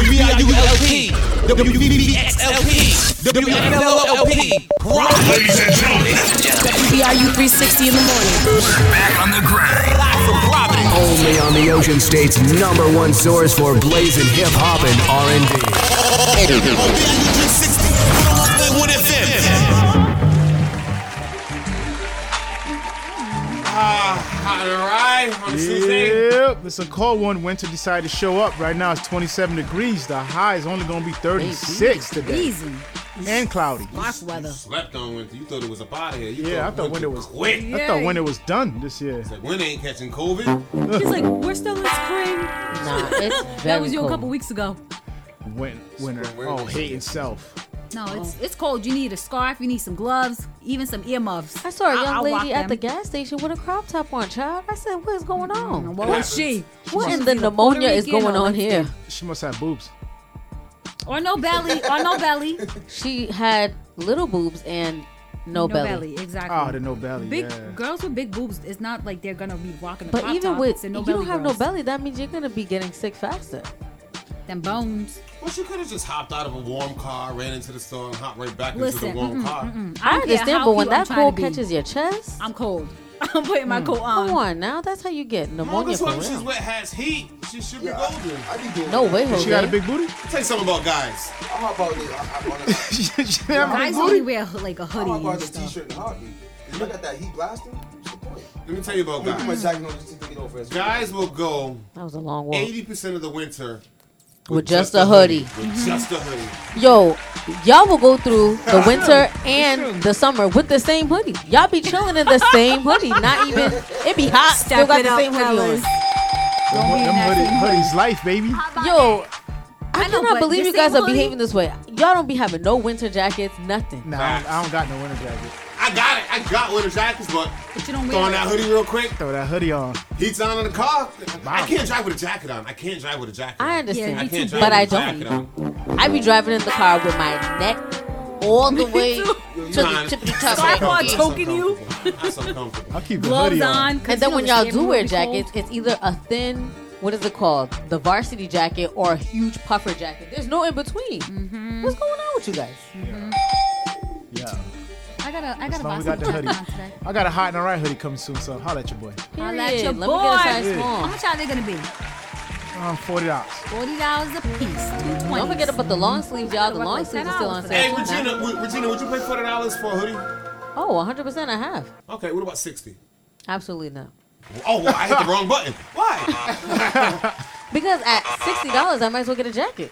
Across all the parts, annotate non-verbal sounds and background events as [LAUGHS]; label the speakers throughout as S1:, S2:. S1: WVIULP, WVVXLP, WFLOLP, Rock.
S2: Ladies and gentlemen,
S3: WBIU 360 in the morning.
S2: back on the grind.
S1: Live from Providence.
S4: Only on the Ocean State's number one source for blazing hip hop and R and B.
S1: WVIU 360, 101.1 FM.
S5: All right, on a Tuesday.
S6: Yep, it's a cold one. Winter decided to show up. Right now it's 27 degrees. The high is only going to be 36 today
S3: Reason.
S6: and cloudy.
S3: Mark weather.
S5: Slept on winter. You thought it was up out of here. You
S6: Yeah, I thought winter was
S5: quick.
S6: I thought winter was done this year.
S5: Like winter ain't catching COVID.
S7: He's like, we're still in spring.
S8: Nah,
S9: [LAUGHS]
S8: it's very
S7: That was you
S8: cold.
S7: a couple weeks ago.
S6: Win- winter. Oh, hating self.
S9: No, it's it's cold. You need a scarf. You need some gloves. Even some earmuffs.
S8: I saw a young
S9: I'll walk
S8: lady at
S9: [LAUGHS] them. Mm-hmm.
S8: the gas station with a crop top on, child. I said, what is going on?
S7: What was she?
S8: What in
S9: must
S8: the
S9: be the
S8: pneumonia
S9: Puerto
S8: is going
S9: Rican or
S8: on here?
S6: She must have boobs.
S9: Or no belly. Or no
S8: [LAUGHS]
S9: belly.
S8: She had little boobs and
S9: no
S8: no, belly.
S9: Exactly.
S6: Oh, the no belly.
S9: Big
S6: yeah.
S9: girls with big boobs is not like they're gonna be walking. A
S8: But
S9: crop
S8: even
S9: top.
S8: with
S9: It's a no
S8: you
S9: belly
S8: don't have
S9: girls.
S8: no belly, that means you're gonna be getting sick faster.
S9: Them bones.
S5: Well, she could have just hopped out of a warm car, ran into the store, and hopped right back
S9: Listen,
S5: into the warm car.
S8: I,
S9: don't care
S8: understand,
S9: how
S8: but when
S9: cute I'm
S8: that
S9: trying to
S8: cold
S9: be.
S8: catches your chest,
S9: I'm cold. [LAUGHS] I'm putting my coat on.
S8: come on now, that's how you get
S5: All
S8: pneumonia
S5: this
S8: for
S5: one she's
S8: real.
S5: with has heat. She should be golden.
S10: I be doing
S8: No way,
S9: Oh,
S6: She got a
S8: Jose.
S6: big booty? [LAUGHS]
S5: Tell you something about guys.
S10: I'm about to. I'm on a-
S6: she have a big
S9: Guys only
S6: booty?
S9: wear like a hoodie.
S10: I'm about
S9: and
S10: this
S9: stuff.
S10: t-shirt in a heartbeat. If I got that heat blaster, what's the point?
S5: Let me tell you about
S10: I'm gonna put my
S5: guys.
S10: jacket on just to get over as well.
S5: Guys will go
S8: That was a long walk
S5: 80% of the winter
S8: with just a hoodie.
S5: With just a hoodie.
S8: Yo, y'all will go through
S9: [LAUGHS]
S8: the winter and the summer with the same hoodie. Y'all be
S9: [LAUGHS]
S8: chilling in the same hoodie, not even. It be hot,
S7: Step
S8: still got
S7: it
S8: the
S7: up,
S8: same hoodie
S7: fellas.
S8: on.
S6: Them, them hoodie, hoodies life, baby.
S8: Yo,
S9: I
S8: I,
S9: know,
S8: cannot
S9: but
S8: believe
S9: the
S8: you guys
S9: same
S8: are behaving this way. Y'all don't be having no winter jackets, nothing.
S6: Nah, I don't, I don't got no winter jacket.
S5: I got it. I got winter jackets, but
S9: But you don't
S5: throwing
S9: wear
S5: that hoodie real quick.
S6: Throw that hoodie on.
S5: Heat's on in the car. I can't drive with a jacket on. I can't drive with a jacket.
S8: I
S5: on.
S8: understand,
S9: Yeah,
S5: I
S9: me
S5: can't
S9: too,
S5: drive
S8: but I
S5: with a jacket
S8: don't.
S5: on.
S8: I be driving in the car with my neck
S9: [LAUGHS]
S8: all the way to the
S5: Nah,
S8: tip of the
S5: I'm
S8: top.
S5: so
S8: right
S5: comfortable.
S8: here.
S5: I'm so comfortable. I'm so comfortable.
S6: I'll keep the
S9: gloves
S6: hoodie on.
S9: on. 'cause
S8: And
S9: you
S8: then
S9: know
S8: when
S9: the
S8: y'all
S9: same
S8: do
S9: room
S8: wear
S9: be cold.
S8: jackets, it's either a thin, what is it called? The varsity jacket or a huge puffer jacket. There's no in between.
S9: Mm-hmm.
S8: What's going on with you guys?
S6: Yeah.
S9: I gotta, I
S6: As
S9: gotta
S6: long
S9: buy
S6: as we got the
S9: some
S6: hoodie.
S9: on today.
S6: I got a hot and a right hoodie coming soon, so holla at your boy.
S9: Holla at
S8: Period.
S9: your
S8: Let me get a size
S9: boy. How
S8: small.
S9: much are they gonna be?
S6: Um, 40 dollars.
S9: Forty dollars a piece. Two twenty.
S8: Don't forget about the long sleeves, y'all. The long sleeves are still on
S5: Hey,
S8: sale.
S5: Regina, w- Regina, would you pay forty dollars for a hoodie?
S8: Oh, 100% I have.
S5: Okay, what about sixty?
S8: Absolutely not.
S5: Oh, well, I hit the wrong button. Why?
S8: Because at $60, I might as well get a jacket.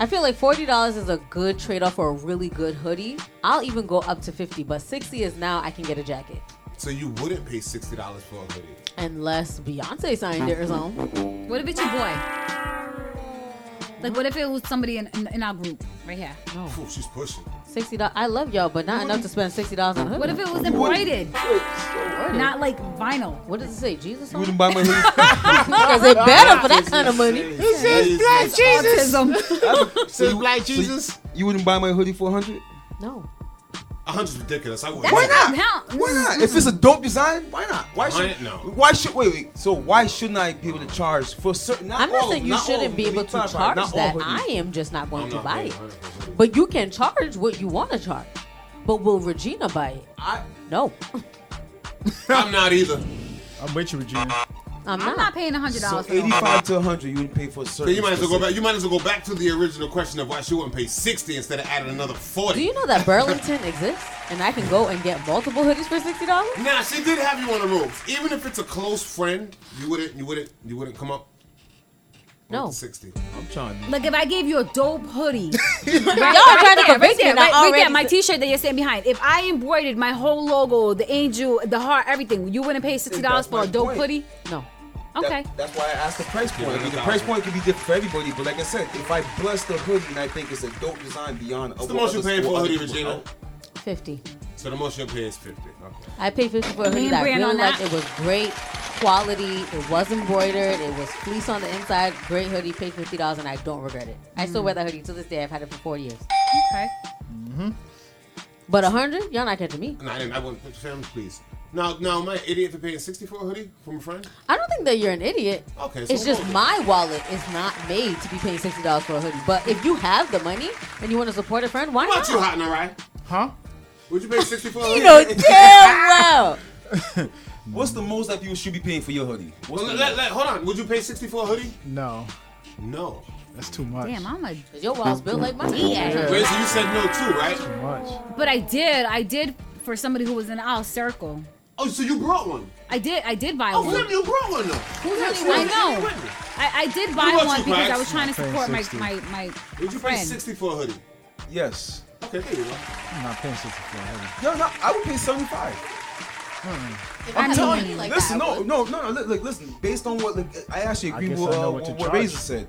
S8: I feel like $40 is a good trade off for a really good hoodie. I'll even go up to 50 but 60 is now I can get a jacket.
S5: [LAUGHS] So you wouldn't pay sixty dollars for a hoodie?
S8: Unless Beyonce signed theirs on.
S9: What if it's your boy? Like, what if it was somebody in, in, in our group right here?
S5: Phew, she's pushing.
S8: $60. I love y'all, but not enough to spend $60 on a hoodie.
S9: What if it was embroidered, not like vinyl?
S8: What does it say? Jesus on it?
S10: Wouldn't buy my
S6: [LAUGHS]
S10: hoodie.
S8: Because it better for that kind of money.
S6: This is Black Jesus.
S9: Autism.
S6: This is Black Jesus.
S10: You wouldn't buy my hoodie for a hundred?
S8: No.
S5: A hundred's ridiculous. I would.
S9: That's
S5: not?
S9: a- How?
S10: Why not? If it's a dope design, why not? Why
S5: Why
S10: should?
S5: not?
S10: Why should? Wait, wait. So why shouldn't I be able to charge for certain? Not
S8: I'm not
S10: all,
S8: saying you
S10: Oh, not all
S8: shouldn't be
S10: hoodies,
S8: able to
S10: not all,
S8: charge
S10: not all
S8: that.
S10: hoodies.
S8: I am just not going
S5: I'm
S8: to
S5: not
S8: buy
S5: paying
S8: it.
S5: $100 for a hoodie.
S8: But you can charge what you want to charge. But will Regina buy it?
S10: I,
S8: No,
S5: I'm not either.
S6: I'm with you, Regina.
S8: I'm
S9: I'm
S8: not.
S9: not paying hundred
S10: so
S9: dollars for that.
S10: 85 to 100, you wouldn't pay for a
S5: So
S10: certain.
S5: you might as well go back. You might as well go back to the original question of why she wouldn't pay sixty instead of adding another forty.
S8: Do you know that Burlington exists and I can go and get multiple hoodies for sixty dollars?
S5: Now she did have you on the ropes. Even if it's a close friend, you wouldn't, you wouldn't, you wouldn't come up.
S8: No.
S5: with sixty.
S10: I'm trying. to-
S9: Like if I gave you a dope hoodie,
S8: Y'all are trying to
S9: there, right
S8: convince me
S9: there,
S8: and I
S9: right, right there,
S8: already
S9: my
S8: said-
S9: T-shirt that you're sitting behind. If I embroidered my whole logo, the angel, the heart, everything, you wouldn't pay sixty dollars
S10: That's
S9: for
S10: my
S9: a dope
S10: point.
S9: hoodie?
S8: No.
S10: That-
S9: Okay.
S10: that's why I asked the price point.
S5: Yeah,
S10: I mean, the
S5: $100,000.
S10: price point could be different for everybody, but like I said, if I bless the hoodie and I think it's a dope design beyond
S5: What's
S10: other
S5: the most you
S10: others-
S5: paid
S10: or
S5: for a
S10: other
S5: hoodie,
S10: people,
S5: Regina?
S10: right?
S8: Fifty.
S5: So the most you pay is fifty. Okay.
S8: I paid fifty for a hoodie
S9: Name
S8: that I
S9: brand
S8: really
S9: on
S8: liked.
S9: that.
S8: It was great quality. It was embroidered. It was fleece on the inside. Great hoodie. Paid fifty dollars and I don't regret it. I
S9: Mm.
S8: still wear that hoodie to this day. I've had it for four years.
S9: Okay.
S8: But a hundred, y'all not catching me.
S5: No, I didn't. I wouldn't. Family, please. Now, now, am I an idiot for paying sixty for a hoodie from a friend?
S8: I don't think that you're an idiot.
S5: Okay, so
S8: it's just
S5: what-
S8: my wallet is not made to be paying sixty dollars for a hoodie. But if you have the money and you want to support a friend, why
S5: How about
S8: not?
S5: you, Hot Narai?
S6: Huh?
S5: Would you pay sixty for a hoodie? [LAUGHS]
S8: You know damn well.
S10: What's the most that you should be paying for your hoodie? What's
S5: Well,
S10: the
S5: let- let- let- hold on. Would you pay sixty for a hoodie?
S6: No,
S5: No.
S6: that's too much.
S9: Damn, I'm a.
S8: 'Cause Your wallet's built like mine.
S5: Wait, so you said no too, right?
S6: Too much.
S9: But I did. I did for somebody who was in our circle.
S5: Oh, so you brought one?
S9: I did. I did buy
S5: Oh,
S9: one.
S5: really? You brought one though. Who's
S9: I know. I, I did buy
S5: about
S9: one
S5: you,
S9: because
S5: Max?
S9: I was trying to
S6: Paying
S9: support my
S6: 60.
S9: my my
S5: Would you pay
S9: friend.
S5: sixty for a hoodie?
S10: Yes.
S5: Okay, there you go.
S6: I'm not paying 64 heavy.
S10: No, no, I would pay 75.
S9: I
S8: I'm
S9: know.
S8: telling you, like
S10: listen,
S8: that, I
S10: no,
S8: would.
S10: no, no, no. li- Like, listen, based on what, like, I actually
S6: I
S10: agree
S6: guess
S10: with
S6: I know
S10: uh,
S6: what
S10: what,
S6: to
S10: what
S6: charge.
S10: Razor said.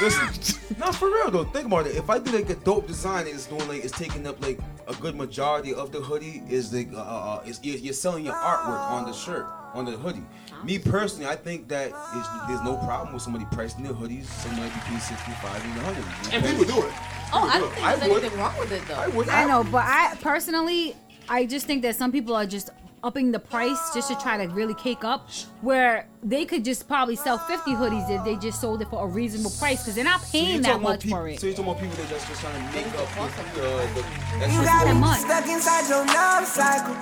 S10: listen, [LAUGHS] not for real though. Think about it. If I do like a dope design, and it's doing like it's taking up like a good majority of the hoodie. Is like, uh, uh, is you're, you're selling your artwork on the shirt on the hoodie. Me personally, I think that it's, there's no problem with somebody pricing their hoodies somewhere between 65 and 100.
S5: And people do it.
S8: Oh, I don't think
S10: I
S8: there's
S10: would.
S8: anything wrong with it though.
S10: I would.
S9: I know, but I personally, I just think that some people are just upping the price just to try to really cake up, where they could just probably sell 50 hoodies if they just sold it for a reasonable price because they're not
S10: So
S9: paying
S10: you're
S9: that
S10: talking about
S9: much
S10: peop-
S9: for it.
S10: So you're talking about people that just just trying to make up the, the, the
S11: You
S10: that's
S11: got me
S9: that much.
S11: stuck inside your love cycle.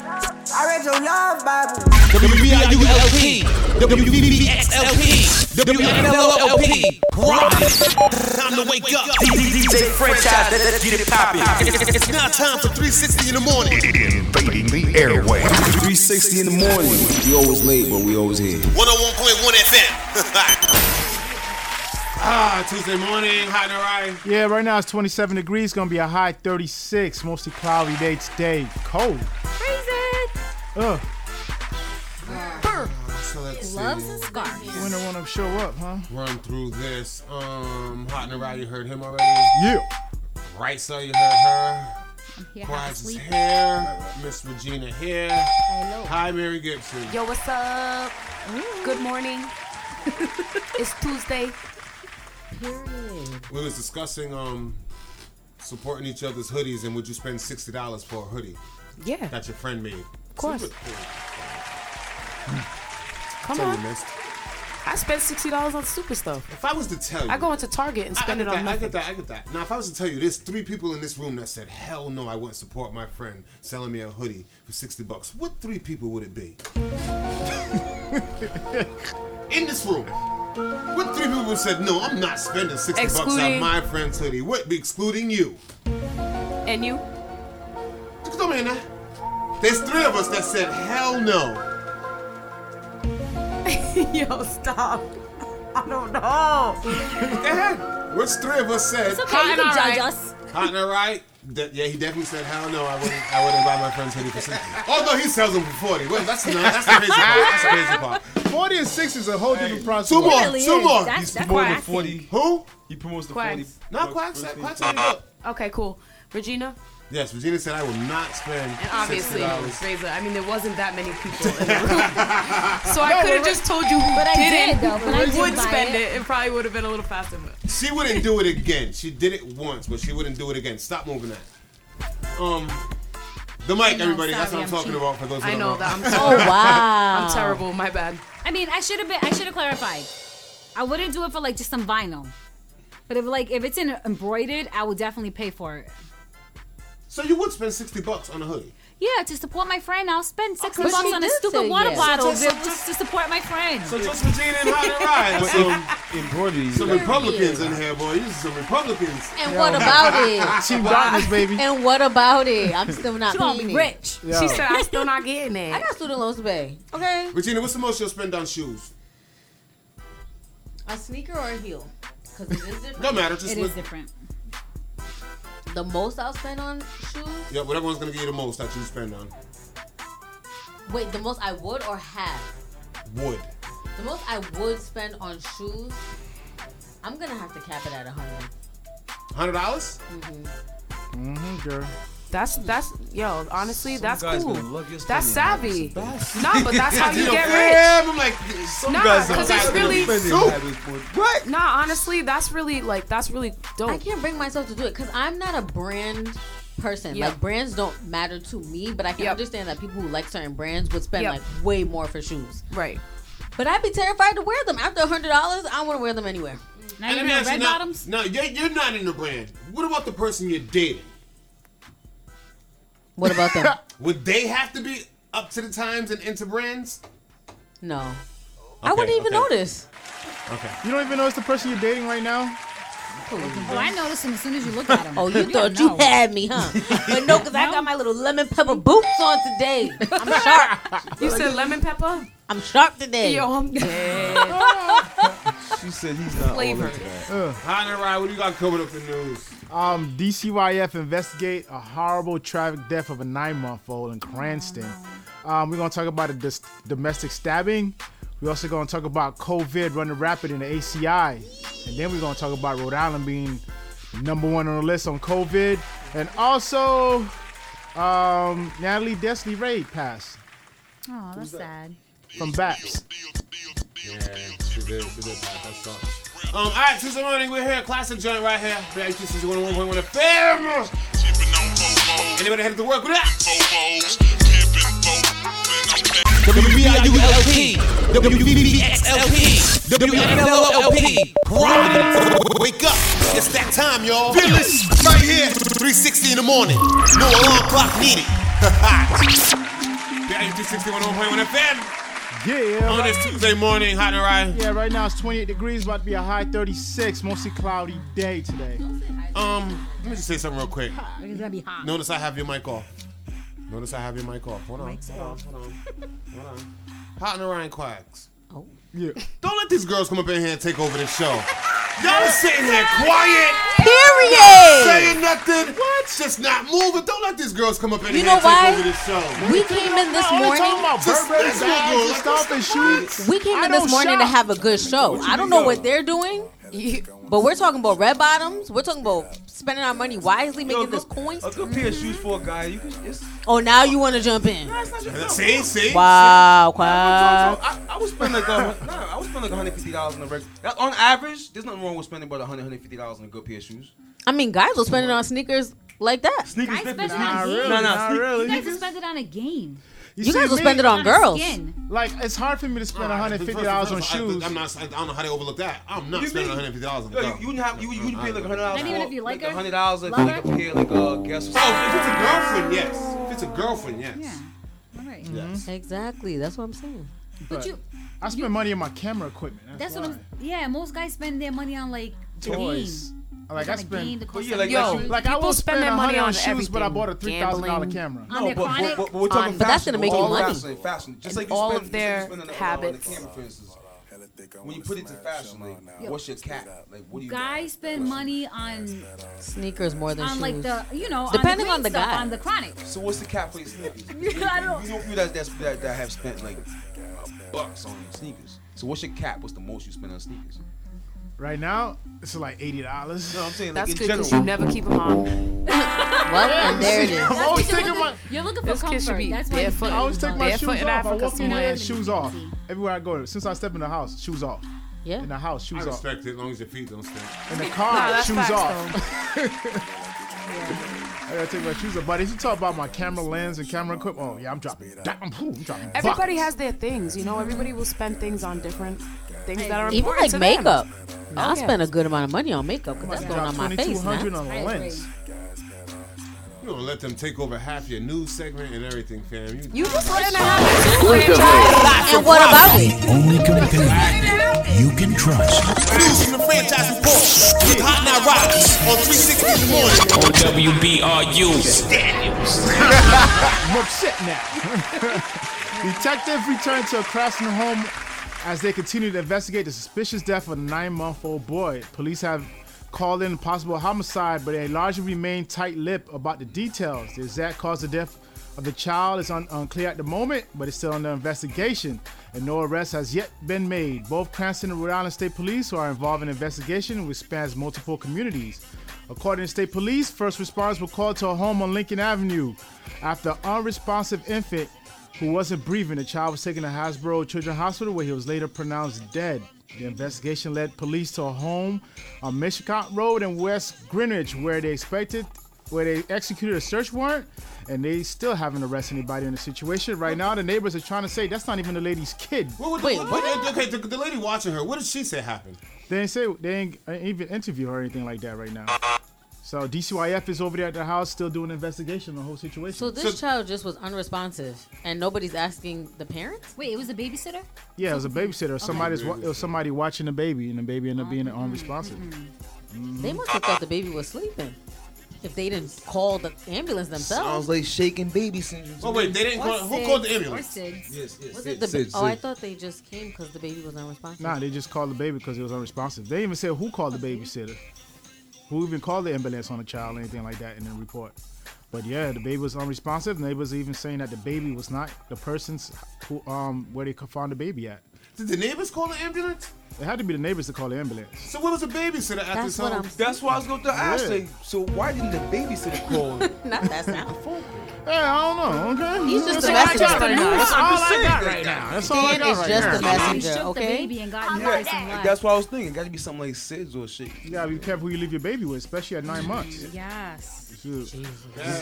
S11: I read your love Bible.
S1: WBIULP, WVBXLP, WNLLP. Rock it. Time to wake up.
S11: DJ franchise, let's get it poppin'.
S1: It's now time for 360 in the morning.
S2: Invading the airway.
S10: 360 in the morning. We always late, but we always here.
S1: 101.1 FM.
S5: Ah, Tuesday morning, Hot Narai.
S6: Yeah, right now it's 27 degrees. Gonna be a high 36. Mostly cloudy day today. Cold. Ugh.
S5: So let's see.
S8: Gloves and scarves.
S6: When I wanna show up, huh?
S5: Run through this. Um, Hot Narai, you heard him already.
S6: Yeah.
S5: Right, so you heard her.
S9: Yeah, how
S5: Quaz is
S9: sweet.
S5: here. Miss Regina here. Hello. Hi, Mary Gibson.
S7: Yo, what's up?
S8: Mm.
S7: Good morning. it's Tuesday.
S5: We was discussing um supporting each other's hoodies and would you spend sixty dollars for a hoodie
S7: Yeah,
S5: that your friend made?
S7: of course. Come
S5: Tell you,
S7: on.
S5: miss.
S7: I spent sixty dollars on stupid stuff.
S5: If I was to tell you
S7: I go into Target and
S5: I, I
S7: spend
S5: get
S7: it
S5: that,
S7: on
S5: I
S7: nothing.
S5: get that, I get that. Now if I was to tell you there's three people in this room that said, Hell no, I wouldn't support my friend selling me a hoodie for sixty bucks, what three people would it be? [LAUGHS] in this room. What three people said, No, I'm not spending sixty bucks on
S7: Excluding-
S5: my friend's hoodie? What excluding you?
S7: And you?
S5: Come in there. There's three of us that said, hell no.
S11: Yo, stop. I don't know.
S5: [LAUGHS] Go ahead. Which three of us said,
S8: Okay, you can judge
S7: alright.
S8: us.
S5: partner, right? De- yeah, he definitely said, hell no, I wouldn't, I wouldn't buy my friend's hoodie for 60. Although he sells them for 40. Well, that's, not, that's the crazy part. That's the crazy part.
S6: 40 and 6 is a whole different process.
S5: Two more.
S9: really
S5: two
S9: is.
S5: more.
S9: That's-
S5: He's
S9: that's
S10: More
S9: why I
S10: than
S9: think-
S10: 40.
S5: Who?
S10: He promotes the
S7: Quacks.
S10: 40.
S5: Not Quack
S10: first
S5: said.
S10: thing.
S5: Quack said, look.
S7: Okay, cool. Regina
S5: Yes, Regina said, I will not spend
S7: and obviously
S5: $60.
S7: Razor. I mean, there wasn't that many people
S10: [LAUGHS]
S7: in the room, so I could have just told you who
S9: But I
S7: didn't.
S9: did though. But I did
S7: would
S9: buy
S7: spend it. It probably would have been a little faster. But
S5: She wouldn't do it again. She did it once, but she wouldn't do it again. Stop moving that. Um, the mic,
S9: know,
S5: everybody. that's
S9: sorry,
S5: what I'm
S9: I'm
S5: talking
S9: cheap.
S5: about for those who
S7: I
S5: don't
S7: know
S5: know.
S7: that I'm
S8: Oh
S7: terrible. [LAUGHS]
S8: wow.
S7: I'm terrible. My bad.
S9: I mean, I should have been. I should have clarified. I wouldn't do it for like just some vinyl. But if like if it's in embroidered, I would definitely pay for it.
S5: So you would spend 60 bucks on a hoodie.
S9: Yeah, to support my friend, I'll spend sixty
S8: But
S9: bucks
S8: she
S9: on a
S8: did say
S9: stupid water
S8: yes.
S9: bottle
S5: So
S9: to,
S5: just-
S9: to support my friend.
S5: So just Regina and Hot and Ryan. Some,
S6: Embroidery.
S5: some Republicans in here, boy. You some Republicans.
S8: And what about
S6: Team Darkness, baby.
S8: it? And what about it? I'm still not
S9: She gonna
S8: paying
S9: be
S8: it.
S9: rich.
S6: Yo.
S7: She said I'm still not getting
S8: I
S7: it.
S8: got student loans to pay. Okay.
S5: Regina, what's the most you'll spend on shoes?
S8: A sneaker or a heel? Because it is different.
S5: Don't matter. Just
S9: It
S5: look,
S9: is different.
S8: The most I'll spend on shoes?
S5: yeah, whatever one's gonna give you the most that you spend on.
S8: Wait, the most I would or have?
S5: Wood.
S8: The most I would spend on shoes, I'm gonna have to cap it at a hundred.
S5: Hundred dollars?
S6: Mm-hmm, girl.
S7: That's that's yo. Honestly,
S10: Some
S7: that's
S10: guy's
S7: cool.
S10: gonna love your
S7: That's
S10: spending
S7: savvy.
S10: habits. That's-
S7: Nah, but
S10: [LAUGHS]
S7: that's how you get rich.
S5: Damn, I'm like, some
S7: Nah,
S5: guys
S7: because
S5: don't
S7: it's
S5: got
S7: really-
S5: no spending
S10: Soup.
S5: habits, boy.
S10: What?
S7: Nah, honestly, that's really like that's really
S8: I
S7: dope.
S8: can't bring myself to do it because I'm not a brand person.
S7: Yeah.
S8: Like brands don't matter to me, but I can understand that people who like certain brands would spend
S7: Yep.
S8: like way more for shoes.
S7: Right.
S8: But I'd be terrified to wear them. After hundred dollars, I want to wear them anywhere.
S9: Now
S5: And let me ask you, now- No, you're, you're not in the brand. What about the person you're dating?
S8: What about [LAUGHS] them?
S5: Would they have to be up to the times and into brands?
S8: No. I wouldn't even notice.
S5: Okay.
S6: You don't even notice the person you're dating right now?
S9: Oh, I noticed him as soon as you looked at him.
S8: Oh, you [LAUGHS] thought you had me, huh? But no, because I got my little lemon pepper boots on today. I'm [LAUGHS] sharp.
S7: You said lemon pepper?
S8: I'm sharp today.
S7: Yo, I'm
S9: [LAUGHS] Oh,
S7: dead.
S10: She said he's not all
S7: Flavor.
S10: into that.
S5: Hannah Rye, what do you got coming up the news?
S6: Um, DCYF investigate a horrible traffic death of a nine-month-old in Cranston. Um, we're gonna talk about a dis- domestic stabbing. We're also gonna talk about COVID running rapid in the ACI, and then we're gonna talk about Rhode Island being number one on the list on COVID, and also um, Natalie Desley Ray passed
S9: Oh, that's sad.
S6: from BAPS.
S5: Yeah, she did. She did. That sucks. Um, all right, Tuesday morning, we're here. Classic joint right here. Bad Kisses 101.1 FM. Anybody headed to work with that?
S1: WBIULP, WBBXLP, WBLLP, Providence. Wake up, it's that time, y'all. Fearless, right here, 360 in the morning. No alarm clock needed.
S5: Bad Kisses 101.1 FM.
S6: Yeah.
S5: On
S6: right-
S5: this Tuesday morning, Hot and Rye.
S6: Yeah, right now it's 28 degrees, about to be a high 36, mostly cloudy day today.
S5: Um, let me just say something real quick.
S9: It's gonna be hot.
S5: Notice I have your mic off. Notice I have your mic off. Hold on. Hold on. Hold on. Hold on. Hot and Orion Quacks.
S6: Yeah.
S5: Don't let these girls come up in here and take over the show. Y'all are sitting here quiet,
S8: Period.
S5: saying nothing. What? Just not moving. Don't let these girls come up in
S8: You
S5: here
S8: know
S5: and take
S8: why?
S5: over this show.
S8: We came in this
S6: Only talking
S8: morning.
S6: about
S5: Just
S6: Burberry
S5: listen,
S6: bags
S5: girl.
S6: and stuff and shoes.
S8: We came
S6: I
S8: in this
S6: don't
S8: morning to
S6: shop.
S8: have a good show. I don't know what they're doing, but we're talking about red bottoms. We're talking about spending our money wisely, making this coin.
S10: A good pair of shoes for a guy, you can. It's,
S8: Oh, now you want to jump in?
S10: that's not your problem.
S5: See, see.
S8: Wow, wow.
S10: I, I would spend like a, nah, I would spend like 150 dollars on a regular. that- On average, there's nothing wrong with spending about 100, 150 dollars on a good pair of shoes.
S8: I mean, guys will spend it on sneakers like that.
S10: Sneakers,
S9: Guys spend
S10: different.
S9: it on
S6: Not
S9: games.
S6: really.
S10: No, no,
S6: not
S10: sneak-
S6: really.
S9: You guys just spent it on a game.
S8: You guys
S6: see
S8: will
S6: me?
S8: spend it on
S9: a
S8: girls.
S9: skin.
S6: Like it's hard for me to spend
S5: All right,
S6: 150
S5: first-
S6: dollars on
S5: first of all,
S6: shoes.
S5: I, I'm not, I don't know how they overlook that. I'm not
S10: You
S5: spending
S10: mean-
S5: 150 dollars on
S10: Yo, you,
S5: that.
S10: you wouldn't have you you wouldn't pay like 100 dollars.
S9: Not even if you like her?
S10: 100 dollars if
S9: Love
S10: you could pay like uh, a guest.
S5: So Oh, if it's a girlfriend, yes. If it's a girlfriend, yes.
S9: Yeah. All right.
S5: Yes.
S8: Exactly. That's what I'm saying.
S9: But you.
S6: I spend money on my camera equipment. That's,
S9: That's what I'm. Yeah, most guys spend their money on like the
S6: toys.
S9: game.
S6: Like
S9: On
S6: I
S9: a game, the
S6: spend.
S9: cost
S10: yeah,
S9: of like,
S10: like- like
S7: Yo,
S10: you-
S6: Like I
S7: people
S6: will
S7: spend
S6: spend
S7: their money
S6: 100 on
S7: on
S6: shoes, but I
S7: everything.
S6: bought a three thousand dollar
S7: Gambling.
S6: camera.
S9: on their chronic.
S10: but, but we're talking
S7: on- but
S8: that's
S10: fashion,
S8: gonna make
S10: we're
S8: you
S10: all
S8: money.
S10: Fashion, fashion. Just
S7: And
S10: like you
S7: all of
S10: spend, just like you
S7: their
S10: spend on the- on
S7: habits.
S10: The camera, for instance. When you put it to fashion, like, what's your cat? Like, what do you
S9: Guys spend money on
S8: Sneakers more than
S9: on
S8: shoes.
S9: like the you know
S8: Depending
S9: on
S8: on
S9: the,
S8: the
S9: green stuff,
S8: guy.
S9: on the chronic.
S10: So what's the cap for your sneakers?
S9: I don't-
S10: You know people that, that's, that, that have spent like bucks on your sneakers. So what's your cap? What's the most you spend on sneakers?
S6: Right now, it's like eighty dollars. [LAUGHS]
S10: No, I'm saying like
S7: That's
S10: in
S7: good because you
S10: general.
S7: never keep them on.
S8: well, and there it
S6: I'm [LAUGHS]
S8: is.
S6: always taking my.
S9: You're looking for
S7: This
S9: comfort.
S7: kid should be
S9: That's why you
S7: barefoot.
S6: I always take my shoes
S7: Barefoot
S6: off.
S7: in
S6: I
S7: Africa
S6: walk in
S7: somewhere.
S6: there, shoes off. Everywhere I go, since I step in the house, shoes off. In the
S8: Yeah.
S6: house,
S5: I
S6: shoes off.
S5: respect it as long as your feet don't stink.
S6: In the
S7: Nah,
S6: car,
S7: that's
S6: shoes
S7: facts,
S6: off.
S7: though.
S6: [LAUGHS] I gotta take my shoes off. But if you talk about my camera lens and camera equipment, oh yeah, I'm dropping. Down. I'm dropping.
S7: Everybody
S6: buckets.
S7: has their things, you know. Everybody will spend things on different things that are
S8: Even
S7: important
S8: like
S7: to
S8: makeup.
S7: Them.
S8: I
S7: Okay.
S8: spend a good amount of money on makeup because that's going
S6: Drop
S8: on my face
S6: 2200
S8: now.
S6: on a lens.
S5: You don't let them take over half your news segment and everything, fam. You,
S7: You just wouldn't have two franchises.
S8: And what about it?
S1: Only company you can trust.
S11: News from the franchise report. With Hot Now Rocks on 360 in the morning.
S1: On WBRU.
S6: I'm upset now. Detectives returned to a Craftsman home as they continue to investigate the suspicious death of a nine-month-old boy. Police have called in a possible homicide, but they largely remain tight-lipped about the details. The exact cause of death of the child is un- unclear at the moment, but it's still under investigation, and no arrest has yet been made. Both Cranston and Rhode Island State Police are involved in an investigation which spans multiple communities. According to state police, first responders were called to a home on Lincoln Avenue after an unresponsive infant who wasn't breathing. The child was taken to Hasbro Children's Hospital where he was later pronounced dead. The investigation led police to a home on Michigan Road in West Greenwich where they expected where they executed a search warrant and they still haven't arrested anybody in the situation. Right now, the neighbors are trying to say that's not even the lady's kid.
S5: What would the- Wait, what- what? okay, the, the lady watching her, what did she say happened?
S6: They ain't say they ain't uh, even interview her or anything like that right now. So DCYF is over there at the house still doing an investigation on the whole situation.
S8: So this child just was unresponsive, and nobody's asking the parents.
S9: Wait, it was a babysitter.
S6: yeah, it was a babysitter. or Somebody's wa- it was somebody watching the baby, and the baby ended up being unresponsive.
S8: They must have thought the baby was sleeping. If they didn't call the ambulance themselves,
S10: Sounds like shaking baby syndrome.
S5: Oh, wait, they didn't call.
S8: Or
S5: Who
S8: Sid,
S5: called the
S8: or
S5: ambulance?
S8: Sid.
S10: Yes, yes.
S8: was it the?
S6: Sid,
S8: oh, I
S6: Sid.
S8: thought they just came because the baby was unresponsive.
S6: Nah, they just called the baby because it was unresponsive. They even said who called the babysitter, who even called the ambulance on the child, or anything like that in the report. But yeah, the baby was unresponsive. Neighbors even saying that the baby was not the person's who um where they could find the baby at.
S5: Did the neighbors call the ambulance?
S6: It had to be the neighbors to call the ambulance.
S5: So what was the babysitter after
S6: That's what I'm
S10: That's why I was going to ask
S6: Yeah.
S10: you. So why didn't the babysitter call?
S8: Not
S10: [LAUGHS]
S8: that sound.
S6: Hey, I don't know. Okay,
S8: He's just
S6: That's
S8: a
S6: all I
S8: messenger
S6: got
S8: right
S6: right
S8: now.
S6: now. That's all I got right now. That's
S8: I'm just saying that guy.
S6: all I
S8: Dan
S6: got
S8: is
S6: right
S8: just
S6: now.
S8: the messenger,
S9: Shook the
S8: okay?
S9: baby and got
S10: Yeah,
S9: nice and left.
S10: that's what I was thinking. Got to be something like SIDS or shit.
S6: You gotta be careful who you leave your baby with, especially at nine months.
S9: Yes.
S6: Shoot.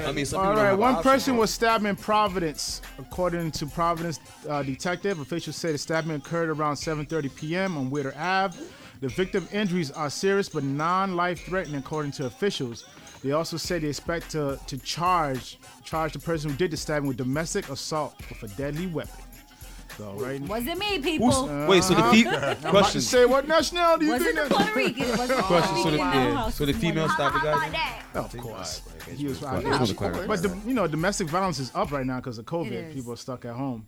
S10: I mean, some people
S6: All
S10: don't
S6: right,
S10: have
S6: one
S10: options,
S6: person
S10: bro.
S6: was stabbed in Providence, according to Providence uh, detective. Officials say the stabbing occurred around 7:30 p.m. on Witter Ave. The victim injuries are serious but non-life-threatening, according to officials. They also say they expect to, to charge charge the person who did the stabbing with domestic assault with a deadly weapon. So right.
S9: Was it me, people?
S10: Wait, so the
S5: [LAUGHS]
S6: I'm
S10: people.
S6: about to
S10: Question.
S6: say what nationality you
S9: was it
S6: think
S9: the
S6: that-
S9: Puerto Rican? Was it
S10: Question. So the,
S9: Puerto Rican?
S10: yeah, so the female stopped the guy. then?
S6: Of course. He was
S10: I just wanted to clarify
S6: But
S10: that.
S6: the, you know, domestic violence is up right now because of COVID.
S9: is.
S6: People are stuck at home.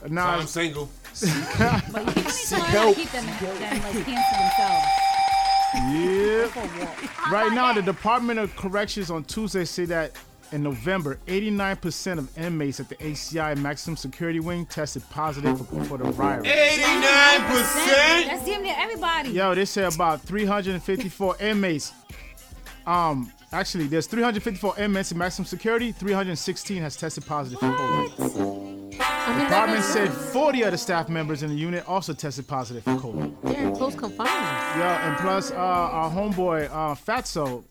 S5: So
S6: Now,
S5: I'm single.
S9: But you can't be telling them to keep them, them like hands to themselves.
S6: yeah. Right now, the Department of Corrections on Tuesday say that in November, 89% of inmates at the ACI Maximum Security Wing tested positive for, for the virus.
S5: 89%?
S9: That's damn near everybody.
S6: Yo, they say about 354 inmates. Um, actually, there's 354 inmates in maximum security. 316 has tested positive for COVID. Department said 40 of the staff members in the unit also tested positive for COVID.
S8: They're in close confinement.
S6: Yo, and plus uh, our homeboy uh, Fatso,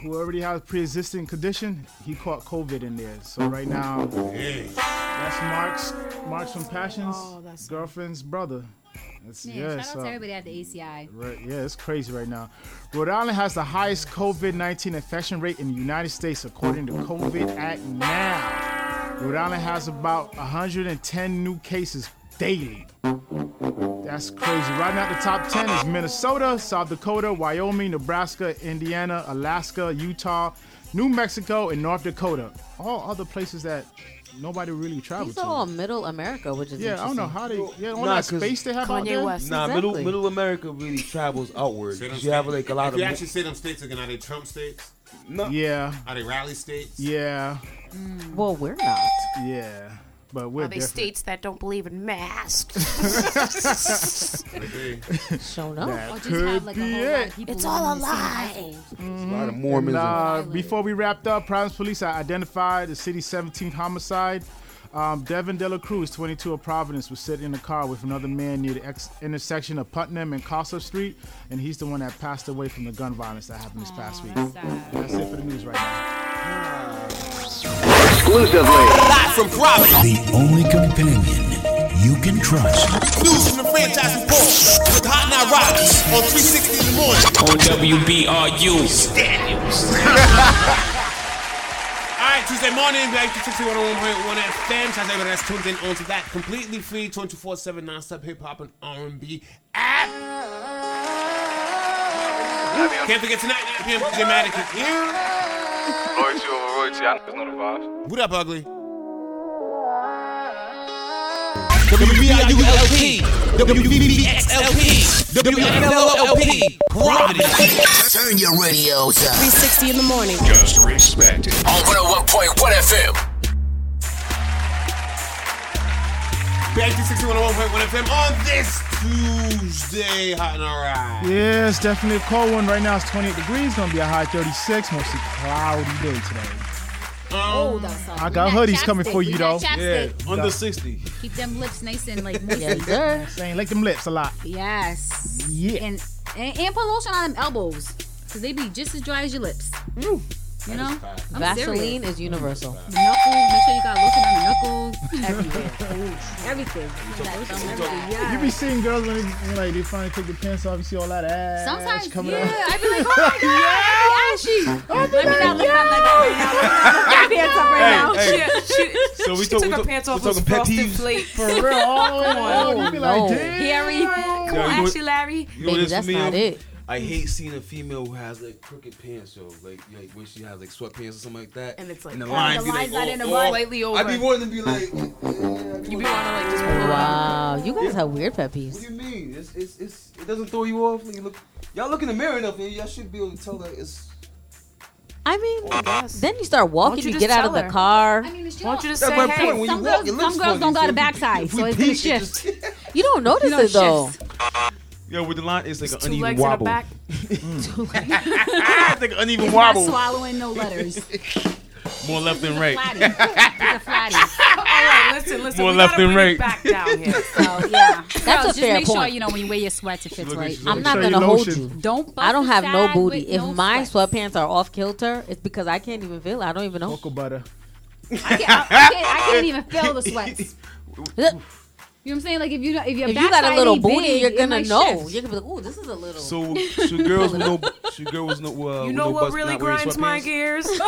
S6: who already has pre-existing condition, he caught COVID in there. So right now, that's Mark's Mark's from Passions girlfriend's brother. That's,
S9: Oh, Yeah,
S6: yeah,
S9: shout out
S6: so-
S9: to everybody at the ACI.
S6: Right, yeah, it's crazy right now. Rhode Island has the highest COVID 19 infection rate in the United States, according to COVID Act now. Rhode Island has about 110 new cases daily. That's crazy. Right now, the top 10 is Minnesota, South Dakota, Wyoming, Nebraska, Indiana, Alaska, Utah, New Mexico, and North Dakota. All other places that nobody really travels
S8: These
S6: to.
S8: are all middle America, which is
S6: yeah, I don't know
S8: interesting.
S6: how they. Yeah, all
S10: Nah,
S6: that
S10: 'cause
S6: space they have out
S8: Kanye
S6: there.
S8: West.
S10: Nah, middle
S8: Exactly.
S10: middle America really travels outward.
S5: Say them
S10: 'Cause You have
S5: states.
S10: like a lot
S5: if
S10: of.
S5: you actually say them states again, are they Trump states?
S10: no,
S6: Yeah,
S5: Are they rally states?
S6: yeah.
S8: Well, we're not.
S6: Yeah, but we're
S12: Are they
S6: different.
S12: states that don't believe in
S13: [LAUGHS]
S12: masks?
S5: Okay.
S8: Shown up.
S9: Or just
S6: Could
S9: have like a
S6: be
S9: whole lot
S6: it.
S9: of people.
S12: It's all a
S9: living in the same
S12: lie.
S9: household.
S10: a lot of Mormons. and-
S6: Uh, before we wrapped up, Providence police identified the city's 17th homicide. Um, Devin De La Cruz, 22 of Providence, was sitting in a car with another man near the ex- intersection of Putnam and Casa Street, and he's the one that passed away from the gun violence that happened this past week. That's, it for the news right now.
S4: Exclusively.
S11: Live from Providence.
S14: The only companion you can trust.
S11: News from the franchise report with Hot Night Rockets on 360 in the morning.
S15: On
S5: [LAUGHS]
S15: WBRU.
S5: All right, Tuesday morning, oh back to 6101.1 FM. Shout out to everybody that's tuned in onto that completely free 24 7 non-stop hip hop and R&B app. Can't forget tonight, 9 p.m. Dramatic is here.
S16: Loyalty over royalty, I know the vibes.
S5: What up, ugly?
S11: WBIULP, WBBXLP, WNLLP, Providence.
S4: Turn your radios up.
S3: 360 in the morning.
S2: Just respect it.
S4: On 101.1 FM.
S5: Back to 6101.1 FM on this Tuesday, hot and all right.
S6: Yeah, it's definitely a cold one right now. It's 28 degrees, gonna be a high 36, mostly cloudy day today.
S9: Oh, that's all.
S6: I got
S9: We
S6: hoodies coming for
S9: chapstick.
S6: you
S9: We
S6: though.
S9: got chapstick.
S10: under 60.
S9: Keep them lips nice and like moist.
S8: [LAUGHS]
S6: Yes, sir. Saying lick them lips a lot.
S9: Yes.
S6: Yeah.
S9: And, and and put lotion on them elbows, cause they be just as dry as your lips. You know, I'm
S8: Vaseline
S9: serious.
S8: is universal.
S9: The knuckles. Make sure you got lotion on the knuckles.
S8: Everywhere.
S9: [LAUGHS] Everything. You got lotion everywhere.
S6: You be seeing girls when they, when, like, they finally take the pants off, you see all that ass
S9: Sometimes,
S6: coming
S9: yeah,
S6: out.
S9: I be like, oh my god, yeah. Ashy. Let me not look at like that right now. Let me not look at [LAUGHS] my
S13: Hey,
S9: pants up right now.
S13: hey.
S7: she,
S13: So we
S7: she
S13: talk-
S7: took
S13: we
S7: her
S13: talk-
S7: pants
S13: we
S7: off. with
S13: talking pet
S7: frosted
S13: peeves?
S7: flakes.
S13: For real? Oh,
S7: [LAUGHS] Come
S13: you
S7: on.
S13: be like, damn.
S7: Harry, come
S10: Yeah, you know
S7: on,
S10: what-
S7: actually, Larry.
S10: you know what it is for me, yo? I hate seeing a female who has like crooked pants, yo. Like, like when she has like sweatpants or something like that.
S7: And it's like,
S10: and the
S7: oh,
S10: lines,
S7: the
S10: be, like,
S7: lines not
S10: all
S7: in the
S10: off.
S7: Slightly over.
S10: I'd be wanting to be like, you be wanting to like just
S8: Wow, you guys have weird pet
S10: What
S8: peeves.
S10: do you mean? It's, it's, it's, it doesn't throw you off. Like, you look, y'all look in the mirror enough, and y'all should be able to tell that it's.
S8: I mean, then you start walking,
S10: you
S8: you,
S10: just
S8: get out of
S10: tell
S8: the
S10: her?
S8: car.
S9: Won't you just
S10: That's
S9: say,
S10: my
S9: hey,
S10: point. When
S9: some
S10: you
S9: girls,
S10: walk, it looks
S9: some girls don't
S10: funny.
S9: got
S10: So
S9: a
S10: if
S9: back
S10: we-
S9: side,
S10: if we
S9: so it's gonna
S10: peek, it
S7: [LAUGHS]
S9: shift.
S8: You don't notice
S9: You don't
S8: it though.
S10: Yo, with the line, it's like an
S9: two
S10: uneven
S9: legs and a
S10: wobble.
S9: back. [LAUGHS]
S10: it's like an uneven
S9: It's
S10: wobble.
S9: Not swallowing no letters.
S5: More left than right.
S9: It's a flatty. All right, listen,
S5: listen, More we left gotta than bring it right. back
S9: down here. So yeah,
S8: That's
S9: Girls,
S8: a
S9: just
S8: fair
S9: make sure
S8: point.
S9: you know when you wear your sweats, it fits right.
S8: I'm not gonna hold you.
S9: Don't.
S8: I don't have no
S9: side
S8: booty.
S9: with
S8: If
S9: no
S8: my sweatpants are off kilter, it's because I can't even feel. it. I don't even know. Cocoa
S6: butter.
S9: I can't, I can't even feel the sweats.
S8: You
S9: what
S8: know
S9: I'm saying? Like if you if your
S8: If
S9: backside
S8: you got a little
S9: ain't
S8: booty,
S9: big,
S8: you're
S9: it
S8: gonna
S9: might
S8: know.
S9: shift.
S8: You're gonna be like, ooh, this is a little.
S10: So
S9: [LAUGHS]
S10: should girls with no should girls with no uh,
S7: You
S10: with
S7: know
S10: no
S7: what
S10: bust
S7: really
S10: not wearing
S7: grinds my
S10: sweatpants?
S7: gears?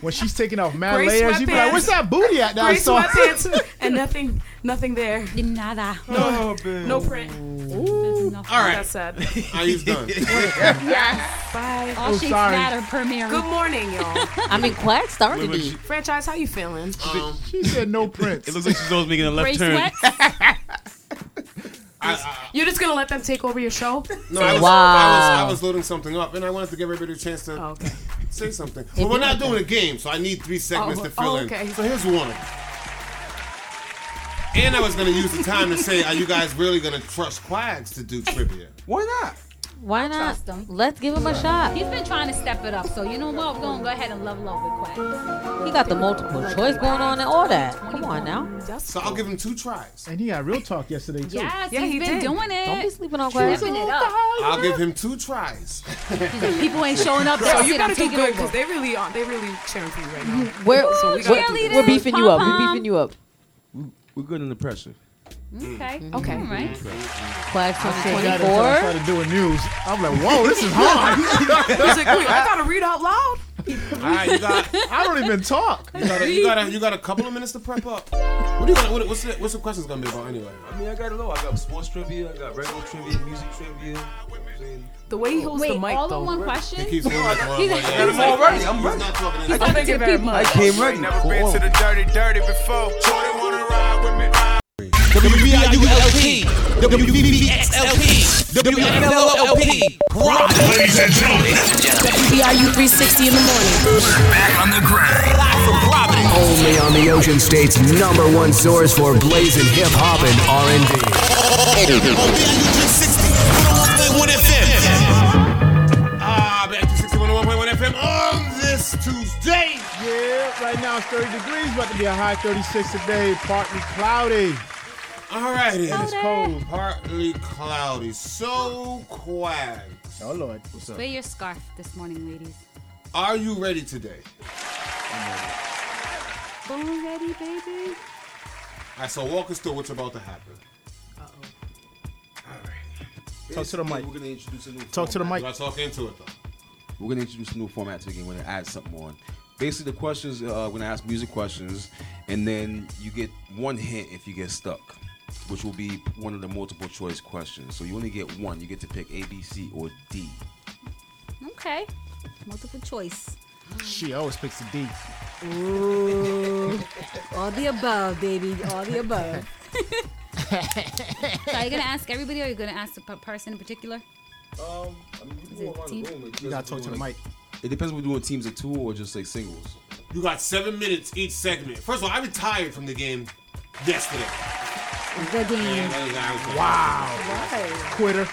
S6: When she's taking off mad
S7: Gray
S6: layers, you be like,
S7: sweatpants.
S6: where's that booty at? That I
S7: Gray
S6: saw?"
S7: sweatpants and nothing, nothing there.
S9: Nada.
S7: No,
S10: Oh, babe.
S7: no print.
S9: All
S5: right.
S7: That's sad.
S5: Are you done?
S7: yes. Bye.
S9: All shapes matter, per Mary.
S7: Good morning, y'all.
S8: I mean, Quack started
S5: Wait, wait,
S8: it.
S7: Franchise, how you feeling?
S6: [LAUGHS]
S5: Um,
S6: She said no prints.
S5: It looks like she's always making a left
S7: Gray
S5: turn.
S7: sweats? You're just gonna let them take over your show?
S5: No, I was, I, was, I was loading something up, and I wanted to give everybody a chance to say something. But we're not doing a game, so I need three segments
S7: Oh,
S5: to fill
S7: oh,
S5: in.
S7: okay.
S5: So here's one. And I was going to use the time to say, are you guys really going to trust Quags to do trivia?
S10: Why not?
S8: Why not? Let's give him a shot.
S9: He's been trying to step it up, so you know what? We're gonna go ahead and level up with Quack.
S8: He got the multiple choice going on and all that. Come on now.
S5: So I'll give him two tries.
S6: And he had real talk yesterday, too.
S9: Yes,
S7: Yeah,
S9: he's
S7: he
S9: been
S7: did.
S9: doing it.
S8: Don't be sleeping on Quack.
S9: Stepping it up.
S7: Oh,
S5: I'll give him two tries.
S9: People ain't showing up.
S7: So
S9: That's
S7: you
S9: it,
S7: gotta
S9: I'm
S7: do
S9: taking
S7: good
S9: over.
S7: because they really are. They really cheering for you right now.
S8: We're,
S7: So we
S8: we're,
S7: gotta do
S8: we're
S7: this.
S8: beefing you up. We're beefing you up.
S10: We're good under pressure.
S9: Okay.
S3: Mm-hmm.
S7: Okay.
S9: All right.
S8: Quags
S6: Got it until I
S8: 2024.
S6: started doing news. I'm like, whoa, this is [LAUGHS] hard.
S7: He's like, wait, I gotta read out loud.
S5: All right, you got,
S6: I don't
S7: [LAUGHS]
S6: even talk.
S5: you, got a, you, got a, you got a couple of minutes to prep up. What do you got? What, what's the, what's the questions going to be about anyway?
S10: I mean, I got it all. I got sports trivia. I got regular trivia, music trivia.
S7: The way he holds
S9: Wait,
S7: the mic,
S9: all in
S7: though.
S9: one question?
S5: He keeps moving it around
S9: He's
S5: like
S9: like-
S5: that.
S10: I'm all ready. I'm ready.
S7: He's talking to the people.
S10: I came ready.
S11: Never been to the dirty, dirty before. Jordan wanna ride with me.
S1: WBIULP, WBBXLP, WFLLP, Rock.
S14: Ladies and gentlemen,
S3: WBRU 360 in the morning.
S14: back on the grind.
S4: Only on the Ocean State's number one source for blazing hip hop and R&B.
S5: Ah, back to 61.1 FM on this Tuesday.
S6: Yeah, right now it's 30 degrees, about to be a high 36 today, partly cloudy.
S5: All righty.
S6: And it's cold.
S5: Partly cloudy, so quiet.
S6: Oh, Lord. What's
S9: Wear your scarf this morning, ladies.
S5: Are you ready today?
S9: Born ready, baby.
S5: All right, so walk us through what's about to happen.
S6: Talk to the mic.
S10: We're gonna introduce a new.
S6: Talk to the
S10: format.
S5: Do I talk into it, though?
S10: We're gonna introduce a new format to the game. We're gonna add something on. Basically, the questions uh, we're gonna ask music questions, and then you get one hint if you get stuck, which will be one of the multiple choice questions. So you only get one. You get to pick A, B, C, or D.
S9: Okay. Multiple choice.
S6: She always picks the D.
S9: Ooh. All the above, baby. All
S3: [LAUGHS]
S9: the above. so are you gonna ask everybody, or are you gonna ask a p- person in particular?
S10: Um, I mean,
S9: Is it around the team? room,
S6: You gotta talk to the mic.
S10: It depends if we're doing teams of two or just like singles.
S5: You got seven minutes each segment. First of all, I retired from the game yesterday.
S9: The game.
S5: Yeah, that was- that was-
S6: Wow. Quitter.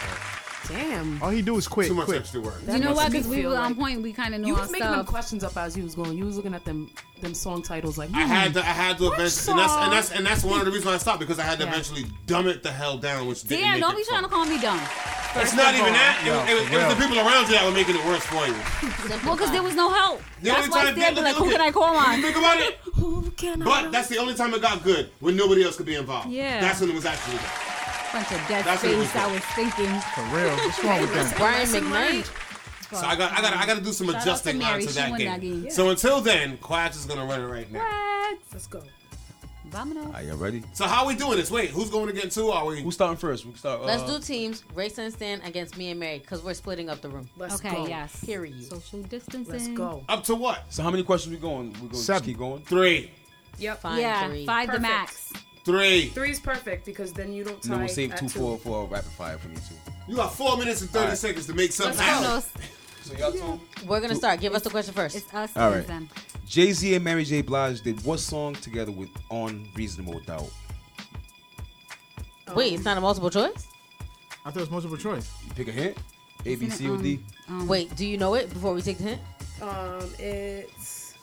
S7: Damn.
S6: All he do is quit.
S5: Too much
S6: quit.
S5: extra work.
S9: you know what? Because we were on point. We kind of know
S13: You
S9: our
S13: was making them
S9: stuff.
S13: questions up as you was going. You was looking at them them song titles like.
S5: I had
S13: hmm,
S5: to, I had to
S13: which
S5: eventually, and that's, and that's
S13: song?
S5: and that's one of the reasons why I stopped because I had to
S13: Yeah.
S5: eventually dumb it the hell down, which didn't
S9: Damn,
S5: make
S9: don't
S5: it.
S9: be trying to call me dumb.
S5: It's not even that. It, was- it, was- it was the people around you that were making it worse for you.
S9: Well, because there was no help.
S5: The
S9: That's
S5: only
S9: why I
S5: time-
S9: said,
S5: look,
S9: like,
S5: look
S9: who
S5: at-
S9: can I call on?
S5: [LAUGHS] you think about it?
S9: Who can
S5: But that's the only time it got good when nobody else could be involved.
S9: Yeah.
S5: That's when it was actually good.
S9: bunch of dead
S5: That's what it was
S9: face I was thinking.
S6: For real, what's wrong
S9: [LAUGHS]
S6: with
S9: That's
S6: them?
S9: Brian
S8: Lesson
S9: McKnight.
S5: So I got I got I got to do some
S9: Shout out to
S5: adjusting
S9: Mary.
S5: onto
S9: She
S5: that
S9: won
S5: game.
S9: that game.
S5: So until then, Quiet is gonna run it right now.
S9: What?
S13: Let's go.
S9: Domino.
S10: Are you ready?
S5: So how we doing this? Wait, who's going to get two? Are we?
S10: Who's starting first? We can start. Uh,
S8: Let's do teams. Race and stand against me and Mary because we're splitting up the room.
S13: Let's
S9: Okay,
S13: go.
S9: yes.
S8: Period.
S9: Social distancing.
S13: Let's go.
S5: Up to what?
S10: So how many questions we going? We going just
S5: Seven.
S10: keep going.
S5: Three,
S13: Yep.
S8: Fine,
S9: yeah,
S8: three.
S9: five the
S13: Perfect.
S9: max.
S5: three.
S13: Three is perfect because then you don't
S10: and
S13: tie.
S10: then we'll save
S17: Uh,
S13: at
S10: two for for a rapid fire for me too.
S5: You got four minutes and thirty
S10: All right.
S5: seconds to make something
S9: Let's
S5: happen.
S9: go.
S10: So y'all two.
S8: We're gonna start. Give us the question first.
S9: It's us
S10: All
S9: against
S10: right.
S9: them.
S10: Jay Z and Mary J. Blige did what song together with "On Reasonable Doubt"?
S8: Wait, it's not a multiple choice.
S6: I thought it was multiple choice.
S10: You pick a hint. A, B,
S8: Isn't it,
S10: C, or D.
S8: Wait, do you know it before we take the hint?
S13: Um, it's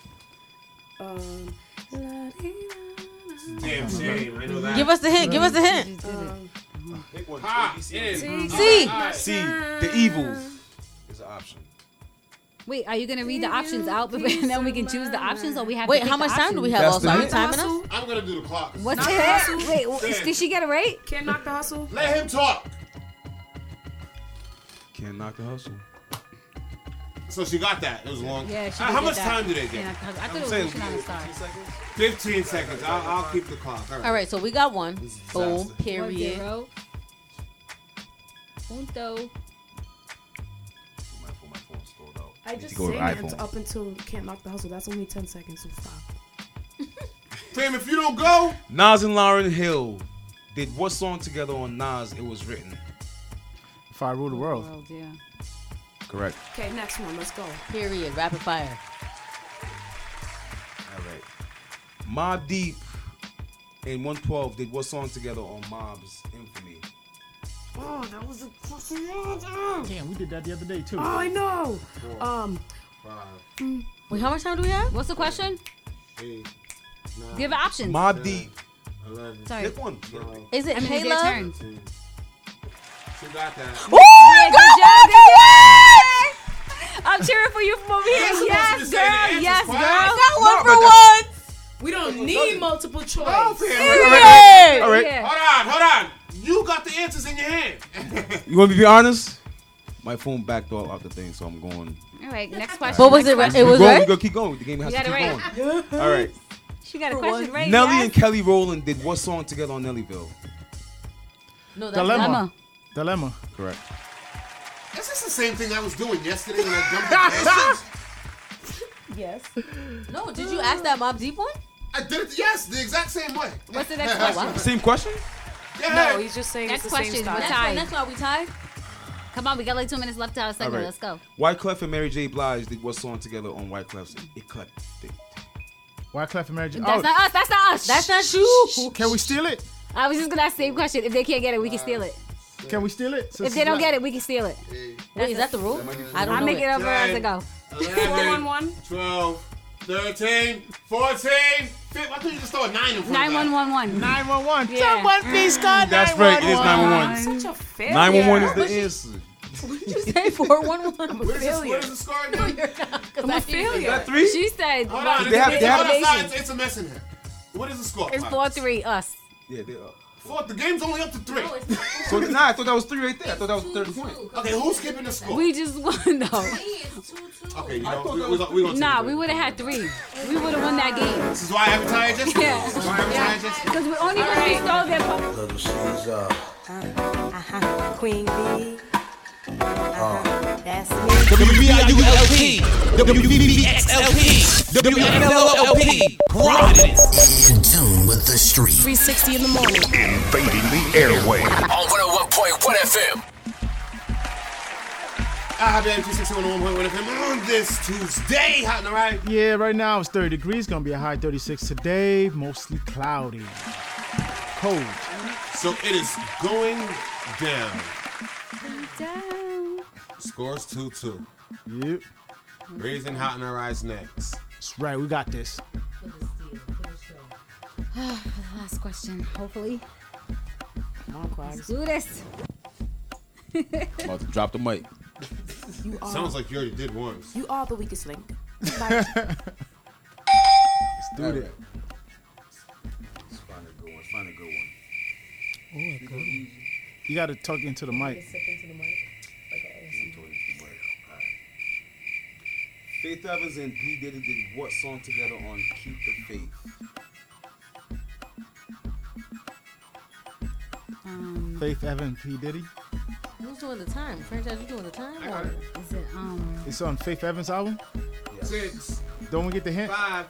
S13: um.
S5: Damn shame. I know that.
S8: Give us the hint. Give us the hint.
S9: Um,
S10: Pick one.
S5: Ha, in.
S8: C.
S5: All right.
S10: C. The Evils is an option.
S9: Wait, are you gonna read the options out [LAUGHS] and then we can choose the options, or we have?
S8: Wait,
S9: to pick
S8: how
S9: the
S8: much time do we
S9: options?
S8: have?
S10: That's
S8: Also,
S10: the
S8: are you
S10: hint.
S8: timing us?
S5: I'm gonna do the clock.
S9: What's
S13: Not
S9: the
S13: the
S9: hint?
S13: hustle.
S9: Wait, w-
S5: Damn.
S9: did she get it right?
S13: Can't knock the hustle.
S5: Let him talk.
S10: Can't knock the hustle.
S5: So she got that. It was long.
S9: Yeah, she
S5: Uh,
S9: did
S5: how
S9: get
S5: much
S9: that.
S5: time did they get?
S9: Yeah, I thought it was
S10: saying
S9: pushing on the star.
S5: Fifteen seconds. I'll, I'll keep the clock. All right.
S8: All right, so we got one. Boom.
S5: disaster.
S9: One
S8: Period.
S9: zero. Punto.
S10: My phone, my phone's scrolled out.
S13: I
S10: Need to
S13: just
S10: go
S13: sang
S10: to
S13: it
S10: iPhone.
S13: until- up until can't knock the hustle. That's only ten seconds. So stop.
S5: Damn, if you don't go,
S10: Nas and Lauren Hill did what song together on Nas? It was written.
S6: If I rule the world.
S9: World, yeah.
S10: Correct.
S13: Okay, next one. Let's go.
S8: Period. Rapid fire.
S10: All right. Mob Deep and 112 did what song together on Mob's Infamy?
S13: Oh, that was a fucking Oh,
S6: Damn, we did that the other day too.
S10: Oh,
S13: I know. Um,
S8: Wait, how much time do we have?
S9: What's the question?
S5: eight, nine,
S9: Give options.
S10: Mob Deep.
S5: eleven,
S9: Sorry.
S10: Pick one.
S8: Is it
S9: I mean,
S8: Hey
S9: it's your
S8: Love?
S9: turn.
S5: thirteen. She got that.
S9: Yeah, good job, good job. I'm cheering for you from over here.
S5: You're supposed
S9: Yes,
S5: to be
S9: girl.
S5: saying the answers,
S9: Yes, girl.
S5: why?
S8: One for one.
S13: we don't need multiple choice.
S10: All right.
S9: Yeah.
S5: Hold on, hold on. You got the answers in your hand.
S10: You want me to be honest? My phone backed all out the thing, so I'm going.
S9: All right, next question.
S8: What was it? Right? It
S10: We're
S8: was
S10: going,
S8: right.
S10: We're going to keep going. The game has
S9: You
S10: to
S9: got
S10: keep
S9: it right.
S10: going. All right.
S9: She got a question right.
S10: Nelly
S9: yes.
S10: and Kelly Rowland did what song together on Nellyville?
S8: No, that's
S6: Dilemma.
S8: not-
S6: Dilemma.
S10: Correct.
S5: Is this the same thing I was doing yesterday when
S10: [LAUGHS]
S5: I dumped
S13: Yes.
S8: No, did you ask that Mob Deep one?
S5: the answers? I did it. Yes, the exact same way.
S9: What's the next question?
S5: [LAUGHS]
S10: Same question?
S5: Yeah.
S7: No, he's just saying
S9: Next
S7: it's the
S9: question,
S7: same style.
S9: We're
S8: Next
S9: tied.
S8: one. Next one. Are we tied?
S9: Come on, we got like two minutes left to our segment.
S10: All right.
S9: Let's go.
S10: Wyclef and Mary J. Blige did what song together on Wyclef's Eclectic?
S6: Why Clef and Mary J?
S9: That's
S6: Oh,
S9: not us. That's not us.
S8: That's not you.
S6: can we steal it?
S9: I was just gonna ask the same question. If they can't get it, we can steal it.
S6: Can we steal it?
S9: If they don't get it, we can steal it.
S8: Wait, is that the rule? I don't
S9: I
S8: know.
S9: make it
S8: up.
S9: up as I go.
S5: 11,
S7: 411.
S5: 12, 13, 14, 15. Why couldn't you just throw a 9 in front
S9: Nine one
S5: of that?
S9: one one.
S6: 911.
S9: Yeah.
S6: Someone please call
S10: Mm. That's right. It is 911.
S7: Such a failure.
S10: 911 is the answer.
S8: Say four one [LAUGHS] one.
S5: What is, this, what is the score again?
S8: I'm
S7: a failure.
S10: That three?
S9: She said
S5: Hold on.
S10: They
S5: it's,
S10: have-
S5: it's,
S10: they have-
S5: hold on, sorry, it's, it's a mess in here. What is the score?
S9: it's four three us.
S10: Yeah, they are.
S5: Four. The game's only up to three.
S10: So nah, I thought that was three right there. I thought that was the third point.
S5: Okay, who's skipping the score?
S9: We just [LAUGHS] won though.
S5: okay, you know, we, we, we, we gonna
S9: Nah,
S5: take a
S9: we
S5: break.
S9: would have had three. We would have won that game.
S5: This is why I haven't tired just
S9: Yeah.
S5: This is why I haven't tired just
S9: Because we only because we stole their po-
S12: Uh-huh. Queen Bee. Uh-huh. That's me.
S11: WBIULP, WBBXLP, WFLLP, Providence.
S14: In tune with the street.
S3: 360 in the morning.
S2: Invading the airway.
S14: On 101.1 FM.
S5: I have the 101.1 FM on this Tuesday. Hot and right.
S6: Yeah, right now it's 30 degrees. Gonna be a high 36 today. Mostly cloudy. Cold.
S5: So it is going down. Scores 2 2.
S6: Yep.
S5: Raising Hot in Our Eyes next.
S6: That's right, we got this.
S9: Last question, hopefully. Let's do this.
S10: About to drop the mic.
S12: You are.
S5: Sounds like you already did once.
S12: You are the weakest link.
S6: Let's do it.
S10: Find a good one. Find a good one.
S6: You got to talk into the mic.
S10: Faith Evans and P Diddy did what song together on Keep the Faith?
S9: Um,
S6: Faith Evan P. Diddy.
S8: Who's doing the time? Franchise, you doing the time?
S5: I got it.
S9: Is it um?
S6: It's on Faith Evans' album.
S5: Six,
S6: Don't we get the hint?
S5: five,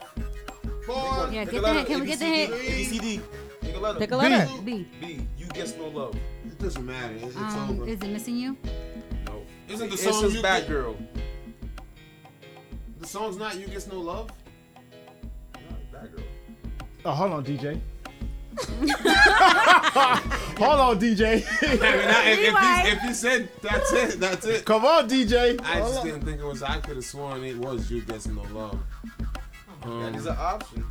S5: four.
S9: Yeah, get the hint. Can we get the hint?
S10: ABCD. Pick a letter.
S9: Pick a letter. B.
S10: B. You gets no love.
S5: It doesn't matter. It's, it's
S9: Um,
S5: over.
S9: is it missing you?
S10: No.
S5: Isn't the
S10: It's
S5: song
S10: just
S5: you
S10: Bad
S5: get-
S10: Girl?
S5: The song's not You Gets No Love?
S10: Bad Girl.
S6: Oh, hold on, DJ. hold on, DJ.
S5: I mean, I, if, if, you, if you said that's it,
S10: [LAUGHS]
S5: that's it.
S6: Come on, DJ.
S5: I
S6: Hold
S5: just
S6: on.
S5: didn't think it was. I could have sworn it was You Gets No Love.
S10: Oh,
S5: Um,
S10: That is an option.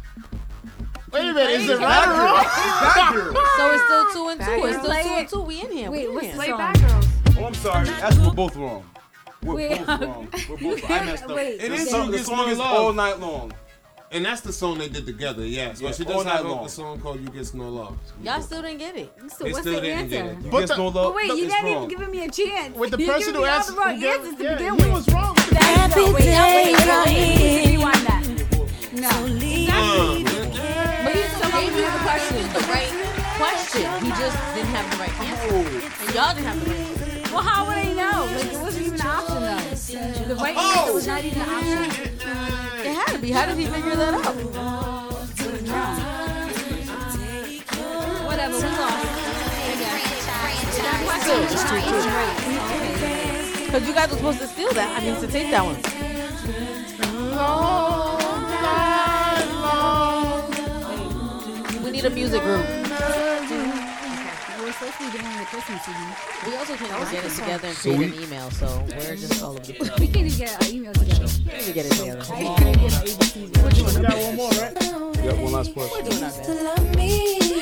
S6: Wait a minute, is it right or wrong?
S5: Ah!
S9: [LAUGHS]
S10: Bad
S5: [LAUGHS]
S10: Girl.
S8: So it's still two and two.
S9: Back
S8: It's
S9: girls.
S8: still two
S9: Play
S8: and two. We in here.
S9: Wait,
S8: we in
S9: what's
S8: here.
S9: play
S8: So-
S9: back girls?
S10: Oh, I'm sorry. That's we're both wrong. We're
S9: Wait,
S10: both wrong. We're
S9: [LAUGHS]
S10: both wrong. I messed up.
S9: Wait.
S10: The
S5: It is
S10: song,
S5: You
S10: the
S5: Gets
S10: song
S5: No
S10: is
S5: Love.
S10: all night long.
S5: And that's the song they did together, yes.
S10: Yeah,
S5: but she
S10: all
S5: does
S10: night
S5: have a
S10: long.
S5: a song called You Gets No Love.
S8: Y'all still didn't get it.
S9: So
S5: They
S9: what's
S5: still
S9: the
S5: didn't get
S9: answer?
S5: it.
S10: You
S6: But
S10: gets
S6: the-
S10: no
S9: But
S10: love.
S9: wait,
S10: Look,
S9: you
S10: it's
S9: not
S10: wrong.
S9: even giving me a chance.
S6: With the
S9: you
S6: person
S9: giving
S6: who
S9: me all
S6: asked,
S9: the wrong
S6: who gave-
S9: answers to
S6: yeah,
S9: begin
S6: you
S9: with. [LAUGHS]
S6: was wrong.
S9: That's no, wait, no, wait, no, wait, wait, wait, rewind that. No.
S8: But he still gave you the question. It was the right question. He just didn't have the right answer. And y'all didn't have the right answer.
S9: Well, how would I know? Like, it wasn't even an option, though. The right answer was not even an option.
S8: It had to be. How did he figure that out?
S9: Whatever, we lost. That question was not even right.
S8: Because you guys were supposed to steal that. I mean, to take that one. We need a music group.
S9: We were supposed to be doing the Christmas season.
S8: We also can't all get it together and
S10: So
S8: create an
S10: we-
S8: email, so we're just all over the
S9: We can't even get our email together.
S8: We need to get it together.
S9: I can't get the ABCs. We're doing
S6: We got one more, right?
S10: Yeah, one last question.
S8: We're doing our best.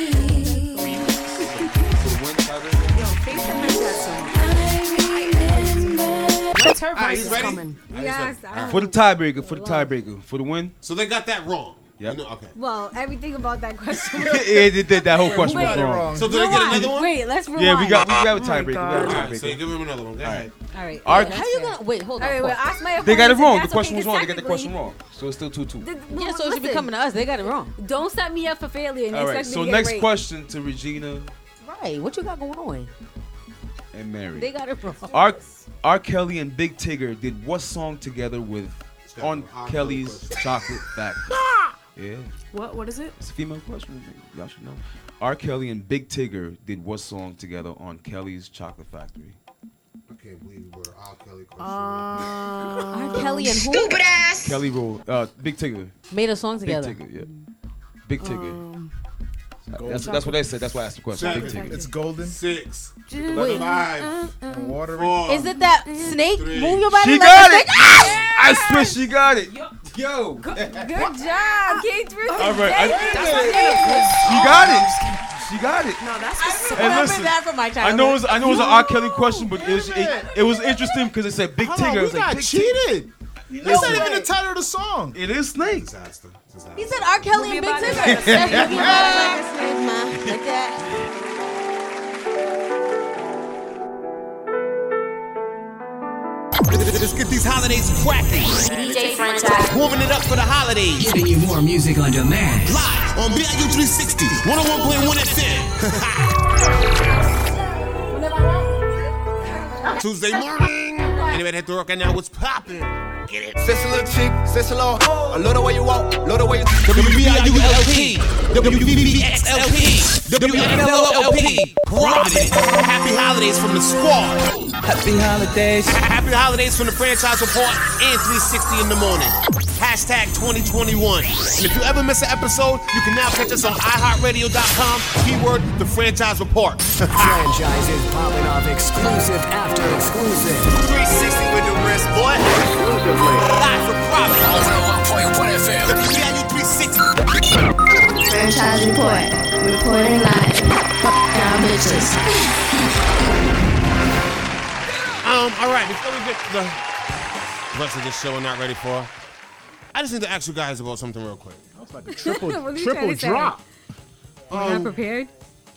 S7: When's her
S5: Alright,
S7: voice
S5: he's
S7: is
S5: ready?
S7: coming?
S9: Yes. I-
S10: For the tiebreaker, for the tiebreaker, for the
S5: [LAUGHS]
S10: win.
S5: So they got that wrong.
S10: Yep.
S5: You know, okay.
S9: Well, everything about that question.
S10: [LAUGHS] yeah, they did that whole question was
S9: Wait. Oh
S10: wrong.
S5: So did I get another
S9: Rewind.
S5: one?
S9: Wait, let's rewind.
S10: Yeah, we got we got a tiebreaker. We
S5: All
S10: got a
S5: right, so you
S10: tiebreaker.
S5: give him another one. Go ahead.
S9: All right.
S10: All right.
S9: Yeah,
S8: How
S9: that's
S8: you
S9: fair.
S8: gonna wait? Hold
S9: All
S8: on.
S9: right, well,
S8: pause.
S9: ask my
S10: They got
S9: opponents
S10: it
S9: if
S10: wrong. The
S9: that's
S10: question
S9: okay,
S10: was
S9: 'cause
S10: wrong. They got the question
S9: technically-
S10: wrong. So it's still two two.
S9: Th- well,
S8: yeah, so it should be
S9: listen,
S8: coming to us. They got it wrong.
S9: Don't set me up for failure and
S10: All right.
S9: expect me
S10: So
S9: to get
S10: next
S9: right.
S10: question to Regina
S8: Right? What you got going on?
S10: and
S8: They
S10: Mary.
S8: got it wrong.
S9: Oh.
S10: R. R. Kelly and Big Tigger did what song together with on Kelly's Chocolate Factory? Yeah,
S7: What? What is it?
S10: it's a female question. Y'all should know. R. Kelly and Big Tigger did what song together on Kelly's Chocolate Factory?
S5: I can't believe we're all Kelly question. Um,
S8: R. Kelly and who
S10: Kelly roll. Uh, Big Tigger.
S8: made a song together?
S10: Big Tigger. Yeah. Big Tigger. that's, that's what they said. That's why I asked the question. Big Tigger.
S6: It's golden.
S5: Six,
S8: Wait.
S5: five,
S6: and watery.
S5: four.
S8: Is it that snake?
S5: three.
S8: Move your body
S10: She
S8: like
S10: got
S8: a
S10: it.
S8: snake? Ah!
S10: I swear she got it. Yo.
S9: Good job, came through.
S10: All right. I did it.
S7: No,
S10: She got it. She got it.
S7: that's just
S10: And
S8: Remember
S10: listen,
S8: that from my
S10: I
S8: childhood.
S10: know it was I know it was an R. Kelly question, but it was
S6: Damn
S10: it,
S6: it.
S10: it was interesting because it said Big
S6: Hold
S10: Tigger.
S6: on,
S10: I
S6: we
S10: was like,
S6: got
S10: Big
S6: cheated. That's not even
S9: way.
S6: the title of the song.
S10: Tig- It is snakes.
S5: Disaster. Disaster.
S8: He said R. Kelly and Big
S7: Movie about
S8: Tigger.
S7: it.
S8: Yeah, movie about it like a snake, ma. Like that.
S11: Let's get these holidays cracking.
S7: DJ franchise.
S11: Warming it up for the holidays.
S4: Giving you more music on demand.
S11: Live on BIU 360, 101.1 [LAUGHS] FM. Tuesday morning.
S5: Anybody had to work and now what's popping?
S11: Get it. Sexy little chick, sexy little hoe. I love the way you walk, love the way you
S1: WBIULP,
S11: WBBXLP,
S1: WBLLP, Providence.
S11: Happy holidays from the squad. Happy holidays. Happy holidays from the franchise report and 360 in the morning. Hashtag 2021. And if you ever miss an episode, you can now catch us on iHeartRadio.com. Keyword the franchise report.
S4: [LAUGHS] Franchise is popping off exclusive after exclusive.
S11: 360 with the wrist, boy. Exclusively. Live for profit. WBIU 360.
S13: Franchise report. Reporting live. Y'all bitches.
S5: Um, all right, before we get to the rest of this show we're not ready for, I just need to ask you guys about something real quick. That was like a
S9: triple- What are you triple trying to say? drop. You're not prepared?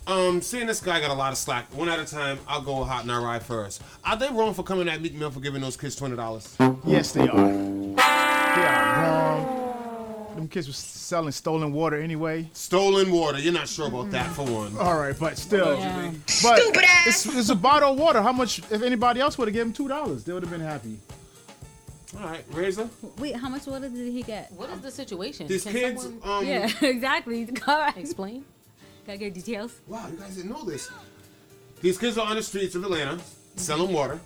S5: Um, seeing this guy got a lot of slack. One at a time, I'll go hot and I ride first. Are they wrong for coming at Meek Mill for giving those kids twenty dollars?
S6: Yes, they are. They are wrong. Them kids were selling stolen water anyway.
S5: Stolen water. You're not sure about that for one.
S6: All right, but still,
S5: Yeah.
S6: but it's, it's a bottle of water. How much? If anybody else would have given two dollars, they would have been happy.
S5: All right, Razor.
S9: Wait, how much water did he get? What is the situation?
S5: These Can kids, someone- um,
S8: [LAUGHS]
S9: yeah, exactly. Explain. Gotta get details.
S5: Wow, you guys didn't know this. These kids are on the streets of Atlanta selling water,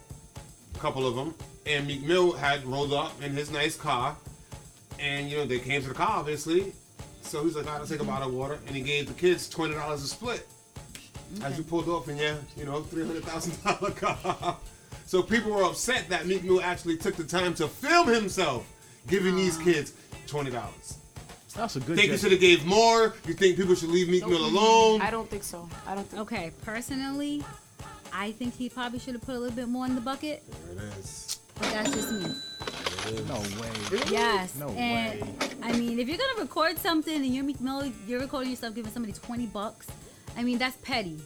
S5: a couple of them, and Meek Mill had rolled up in his nice car, and you know they came to the car obviously, so he's like, "All right, I'll take a bottle of water," and he gave the kids twenty dollars a split. As you pulled up in your, you know, three hundred thousand dollar [LAUGHS] car, so people were upset that Meek Mill actually took the time to film himself giving these kids twenty dollars.
S6: That's a good.
S5: Think you
S6: gesture.
S5: should have gave more? You think people should leave Meek Mill alone?
S9: I don't think so. I don't think Okay, personally, I think he probably should have put a little bit more in the bucket,
S5: There it is.
S9: but that's just me.
S6: No way.
S9: Yes.
S6: No
S9: and
S6: way.
S9: I mean, if you're gonna record something and you're Meek Mill, you're recording yourself giving somebody 20 bucks. I mean, that's petty.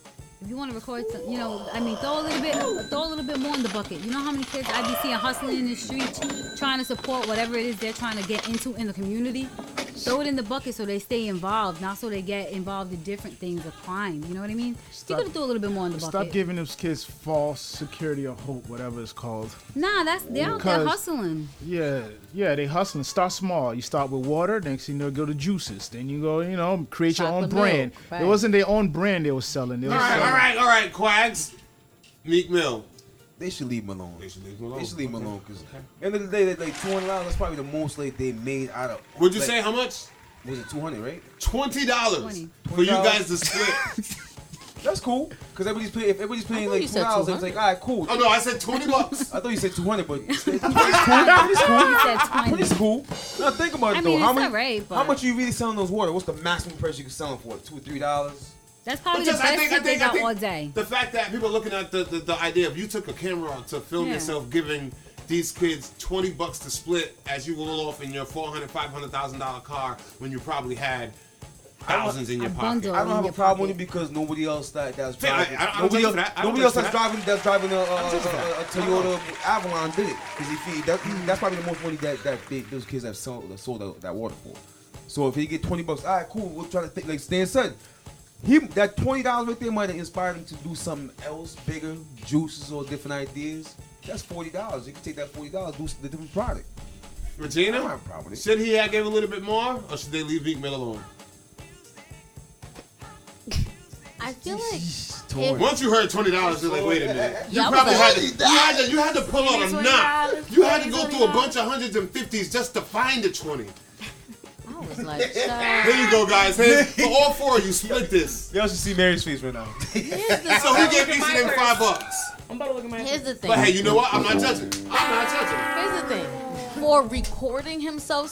S9: If you want to record some, you know, I mean, throw a little bit, throw a little bit more in the bucket. You know how many kids I be seeing hustling in the street, trying to support whatever it is they're trying to get into in the community. Throw it in the bucket so they stay involved, not so they get involved in different things of crime. You know what I mean? You gotta throw a little bit more in the bucket.
S6: Stop giving those kids false security or hope, whatever it's called.
S9: Nah, that's they out there
S6: Because-
S5: [LAUGHS]
S9: hustling.
S6: Yeah, yeah, they hustling. Start small. You start with water, next thing you know, go to juices. Then you go, you know, create your own
S5: Chocolate
S6: brand.
S5: milk,
S6: It
S5: right.
S6: wasn't their own brand they were selling. They
S5: All
S6: were
S5: right, all
S6: selling.
S5: right, all right, Quags. Meek Mill.
S10: They should leave him alone.
S5: They should leave him alone.
S10: They should leave him alone because
S5: Okay.
S10: end of the day, they like two hundred dollars. That's probably the most like they made out of.
S5: Would you
S10: like-
S5: say how much?
S10: Was it two hundred? Right.
S5: Twenty dollars for you guys to split.
S10: That's cool because everybody's paying. If everybody's paying
S5: thought
S10: like
S5: you
S10: two
S5: said
S10: dollars, it's like all right, cool.
S5: Oh, no, I said
S9: [LAUGHS]
S5: 20 bucks.
S10: I thought you said two hundred, but [LAUGHS] it's cool. It's cool.
S9: You said 20.
S10: It's cool. Now think about it
S9: I
S10: though.
S9: mean,
S10: how
S9: it's
S10: much?
S9: alright, but-
S10: How much you really selling those water? What's the maximum price you can sell them for? Two or three dollars.
S9: That's probably
S5: But just-
S9: the
S5: I
S9: best
S5: think- I
S9: tip they
S5: think- I
S9: got
S5: think-
S9: all day.
S5: The fact that people are looking at the, the, the idea of you took a camera to film
S9: Yeah.
S5: yourself giving these kids 20 bucks to split as you roll off in your 400 500000 dollar car when you probably had thousands in your pocket.
S10: I don't have a problem with it because nobody else that that's
S5: Yeah, I-
S10: driving.
S5: I- I don't
S10: nobody
S5: judge
S10: else,
S5: for that. I don't
S10: nobody
S5: judge
S10: else
S5: for
S10: that's
S5: that.
S10: driving that's driving a, a,
S5: I'm judge for that.
S10: a, a Toyota Avalon did it because if he that, that's probably the most money that that they, those kids have sold that sold that, that water for. So if he get twenty bucks, all right, cool. We'll try to think like Stan said. He that twenty dollars right there might have inspired him to do something else, bigger, juices or different ideas. That's forty dollars. You can take that forty dollars, do the different product.
S5: Regina, should he have gave a little bit more or should they leave Meek Mill alone?
S8: I feel like
S5: Once you heard twenty dollars, you're like, wait a minute. You
S8: Yeah, I was
S5: probably
S8: like,
S5: had to, you had to, you had to pull out
S8: Give me
S5: a knot.
S8: $20,
S5: You had to
S8: give
S5: go
S8: me
S5: through a bunch of hundreds and fifties just to find the twenty.
S8: I was like,
S5: There you go,
S17: [LAUGHS]
S5: guys. Hey, for all four of you, split this.
S10: Y'all should see Mary's face right now.
S5: so he gave each of them five bucks.
S8: I'm about to look at my. Here's the thing.
S5: But hey, you know what? I'm not judging. I'm not judging.
S8: Here's the thing. For recording himself's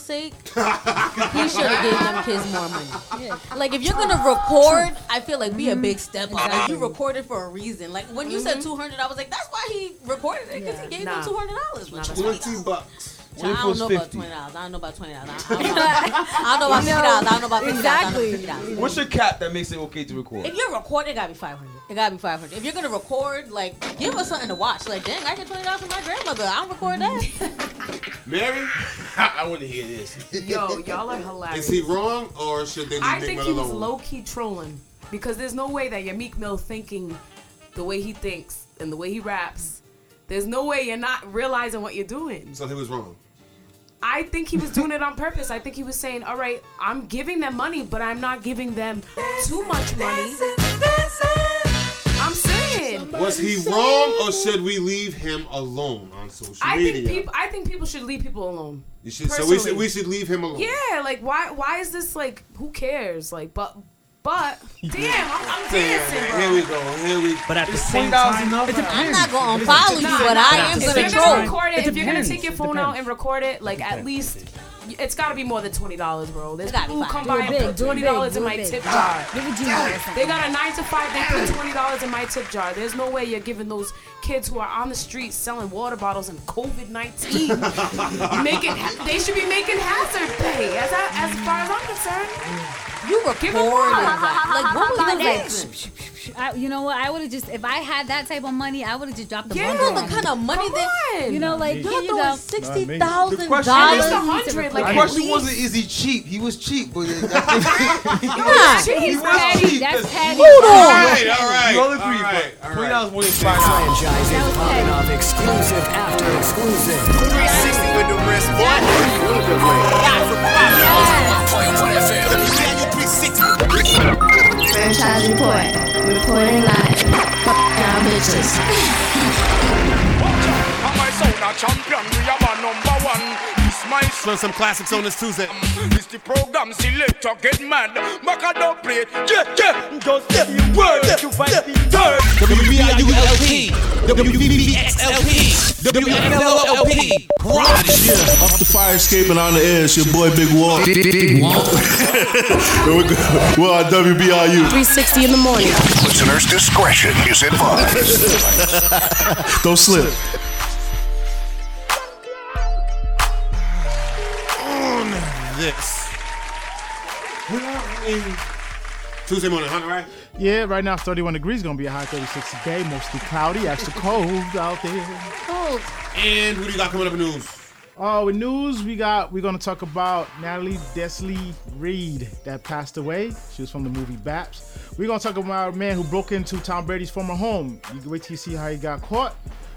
S5: [LAUGHS]
S8: sake, he should have gave them kids more money. Like if you're gonna record, I feel like be a big step up. Like you recorded for a reason. Like when you said two hundred, I was like, that's why he recorded it because he gave
S5: nah.
S8: them two hundred dollars.
S5: Nah, that's Twenty not- bucks.
S8: I don't know about twenty dollars. I don't know about twenty dollars. I don't know about
S10: You
S8: fifty dollars. I don't know about fifty dollars. I don't know about fifty dollars.
S10: What's your cap that makes it okay to record?
S8: If you're recording, it gotta be five hundred. It gotta be five hundred. If you're gonna record, like give us something to watch. Like dang, I get twenty dollars from my grandmother. I don't record that.
S5: Mary, [LAUGHS] I want to hear
S17: [LAUGHS]
S5: this.
S17: Yo, y'all are hilarious.
S5: Is he wrong or should they leave
S17: I
S5: Meek
S17: think
S5: Mill
S17: he was
S5: alone?
S17: low key trolling because there's no way that your Meek Mill thinking the way he thinks and the way he raps. There's no way you're not realizing what you're doing.
S5: So he was wrong.
S17: I think he was doing it on purpose. I think he was saying, "All right, I'm giving them money, but I'm not giving them too much money." I'm saying.
S5: Was he wrong or should we leave him alone on social
S17: I
S5: media?
S17: think people. I think people should leave people alone.
S5: You should- so we
S17: Personally.
S5: should we should leave him alone.
S17: Yeah, like why? Why is this like? Who cares? Like, but,
S11: [LAUGHS]
S17: but, damn, I'm, I'm dancing,
S5: Damn,
S17: bro.
S5: here we go. Here we.
S18: But at
S5: the
S18: same time- It
S17: I'm
S8: not gonna
S17: follow
S8: unfollow you, but I am
S17: if
S8: gonna
S17: you're gonna
S8: troll.
S17: record it,
S8: It
S17: if you're gonna
S8: depends.
S17: take your
S8: It
S17: phone out
S8: depends.
S17: and record it, like
S8: depends.
S17: at least it's gotta be more than twenty dollars, bro. There's
S8: It gotta be
S17: people who
S8: fine.
S17: come
S8: Do it
S17: by
S8: big,
S17: and put
S8: do it
S17: twenty dollars
S8: big,
S17: in
S8: do
S17: my
S8: it big.
S17: tip jar.
S8: Give it to you or
S17: They got a nine to five, they put twenty dollars in my tip jar. There's no way you're giving those kids who are on the street selling water bottles and COVID nineteen
S8: [LAUGHS]
S17: making they should be making hazard pay. As I, as far as I'm concerned,
S8: you were
S17: give them more.
S9: Like, what was the
S17: next?
S9: I, you know what? I would have just if I had that type of money, I would have just dropped the.
S8: Yeah,
S9: bundle
S8: the
S9: on
S8: kind
S9: him.
S8: of money
S9: Come
S8: that-
S9: on. you know, like
S8: You're
S9: here you
S8: throwing
S9: go.
S8: $60,000
S10: The question,
S8: At least
S10: the
S8: $100, like,
S10: question
S8: please.
S10: wasn't is he cheap? He was cheap, but yeah,
S9: [LAUGHS] That's cheap.
S10: he was
S9: That's
S10: cheap.
S9: That's petty.
S10: You all
S5: Uh,
S10: agree, but three dollars more than five dollars.
S4: Franchising on and off exclusive after exclusive. 360 with the wrist, boy.
S12: Franchise report. Reporting live. Fuck y'all bitches.
S11: Slung some classics on this Tuesday.
S19: It's the program selector get mad. Mark a dub plate. Yeah, yeah. Just give me word. You fight the dirt.
S11: WBIULP, WBBXLP, WBLLP.
S20: Yeah, off the fire escape and on the air, it's your boy Big Walt.
S11: Big- Big Walt.
S20: And we're go- we're on WBIU.
S3: 360 in the morning.
S2: Listener's discretion is advised.
S20: Don't slip.
S5: On this. Tuesday morning, Hunter, right?
S6: Yeah, right now it's 31 degrees. Gonna be a high 36 today. Mostly cloudy. Extra cold out there.
S8: Cold.
S5: And who do you got coming up in news?
S6: Oh, with news we got, we're gonna talk about Natalie Desley Reed that passed away. She was from the movie Baps. We're gonna talk about a man who broke into Tom Brady's former home. You can wait till you see how he got caught.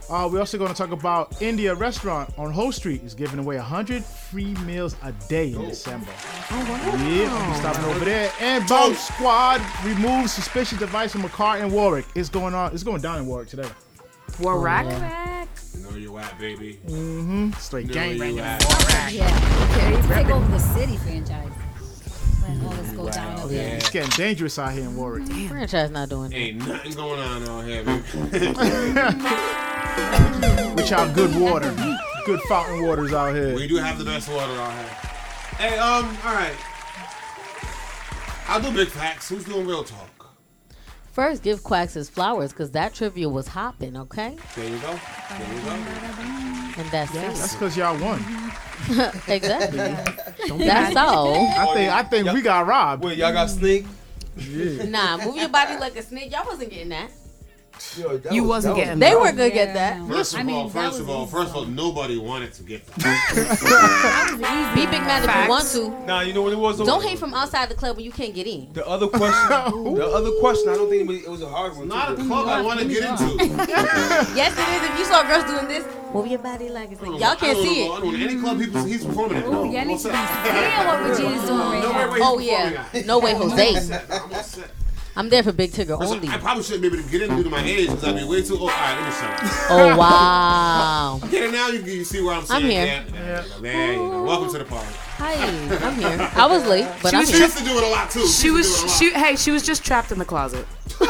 S6: Uh, we're also gonna talk about India restaurant on Whole Street is giving away 100 free meals a day in December. Yeah, we stopping over there. And Bomb Squad removes suspicious device from a car in Warwick. It's going on. It's going down in Warwick today.
S17: Warwick?
S5: Know you at, baby.
S6: Mm-hmm. Straight
S5: Know
S6: gang
S5: you
S6: right
S5: at.
S6: now.
S9: Yeah. Okay. let's Take over the city franchise. Let all this go down over there.
S6: It's getting dangerous out here in Warwick.
S8: Franchise not doing it.
S5: Ain't nothing going on out here, baby.
S6: With y'all good water. Good fountain waters out here.
S5: We do have the best water out here. Hey, um, all right. I'll do big facts. Who's doing real talk?
S8: First, give Quacks his flowers because that trivia was hopping, okay?
S5: There you go. There you go.
S8: And that's
S6: Yes,
S8: it.
S6: that's because y'all won.
S8: exactly.
S6: Don't
S8: [LAUGHS]
S6: be-
S8: that's all.
S6: I think I think we got robbed.
S10: Wait, y'all got sneak?
S6: Yeah.
S8: Nah, move your body like a snake. Y'all wasn't getting that.
S10: that
S8: You
S10: was-
S8: wasn't
S10: that was-
S8: getting They that. were gonna get that.
S5: First of
S8: I mean,
S5: all,
S8: that
S5: first of
S8: was
S5: all,
S8: easy.
S5: first of all, nobody wanted to get that.
S8: Be big man if you want to.
S10: Nah, you know what it was? though?
S8: Don't hate from outside the club when you can't get in.
S10: The other question, the other question, I don't think it was a hard one.
S5: Not a club I want to get into.
S8: yes, it is. If you saw girls doing this, move your body like a snake. Y'all can't see
S5: I
S8: it.
S5: don't want any club people. He's performing it.
S9: Ooh, Oh, yeah, needs to be saying what Regina's doing right
S5: No, wait,
S9: now.
S5: wait,
S8: Oh
S5: he's
S8: yeah.
S5: performing it.
S8: No way,
S5: I'm
S8: Jose.
S5: upset. I'm upset.
S8: I'm there for Big Tigger
S5: Listen,
S8: only.
S5: I probably shouldn't be able to get in due to my age because I'd be way too old. All right, let me shut up.
S8: Oh wow.
S5: Okay, now you, you see where I'm
S8: I'm
S5: saying.
S8: here.
S5: Yeah, yeah, yeah, yeah. Welcome to the party.
S8: Hi, I'm here. I was late, but
S5: She
S8: I'm
S5: was-
S8: here.
S5: she used to do it a lot too. She used to
S17: She
S5: do it a
S17: was
S5: lot.
S17: she. Hey, she was just trapped in the [LAUGHS] closet.
S8: Period.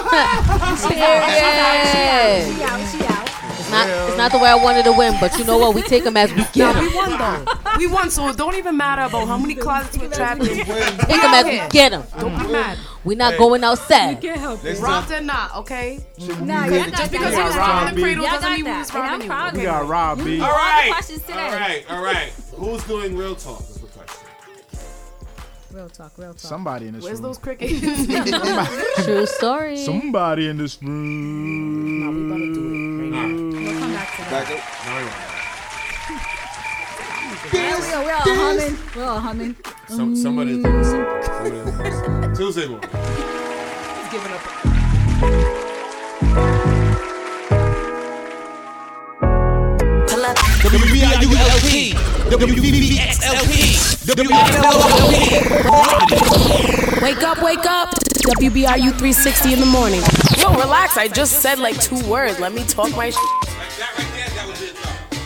S8: It's not, it's not the way I wanted to win, but you know what? We take them as we get
S17: Nah, we
S8: them.
S17: won though. We won, so it don't even matter about how many closets we trapped in. Take
S8: Take them as we get them.
S17: Don't be mad.
S8: We're not going outside.
S17: Get help.
S8: Next
S17: Robbed or not, okay?
S8: Nah,
S17: Just- just because you was robbing the cradle
S9: Y'all
S17: doesn't
S9: got
S17: mean we
S9: that.
S17: was
S9: And I'm
S17: robbing you.
S9: proud
S6: We got robbed, B.
S5: All right.
S9: questions today.
S5: All right. All right. Who's doing real talk? Is the question.
S9: Real talk, real talk.
S6: Somebody in this
S9: Where's
S6: room.
S9: those
S17: crickets?
S8: True story.
S6: Somebody in this room. Nah, we better do
S9: We'll come back to that.
S5: This-
S9: Yeah, we're, we're all
S5: this-
S9: humming. We're all humming.
S5: Some, somebody.
S8: Mm.
S5: somebody Tuesday morning.
S17: He's giving up.
S12: Pull up.
S11: WBIULP,
S3: WBXLP. WBXLP. Wake up, wake up. WBRU 360 in the morning.
S17: Yo, relax. I just said like two words. Let me talk my shit.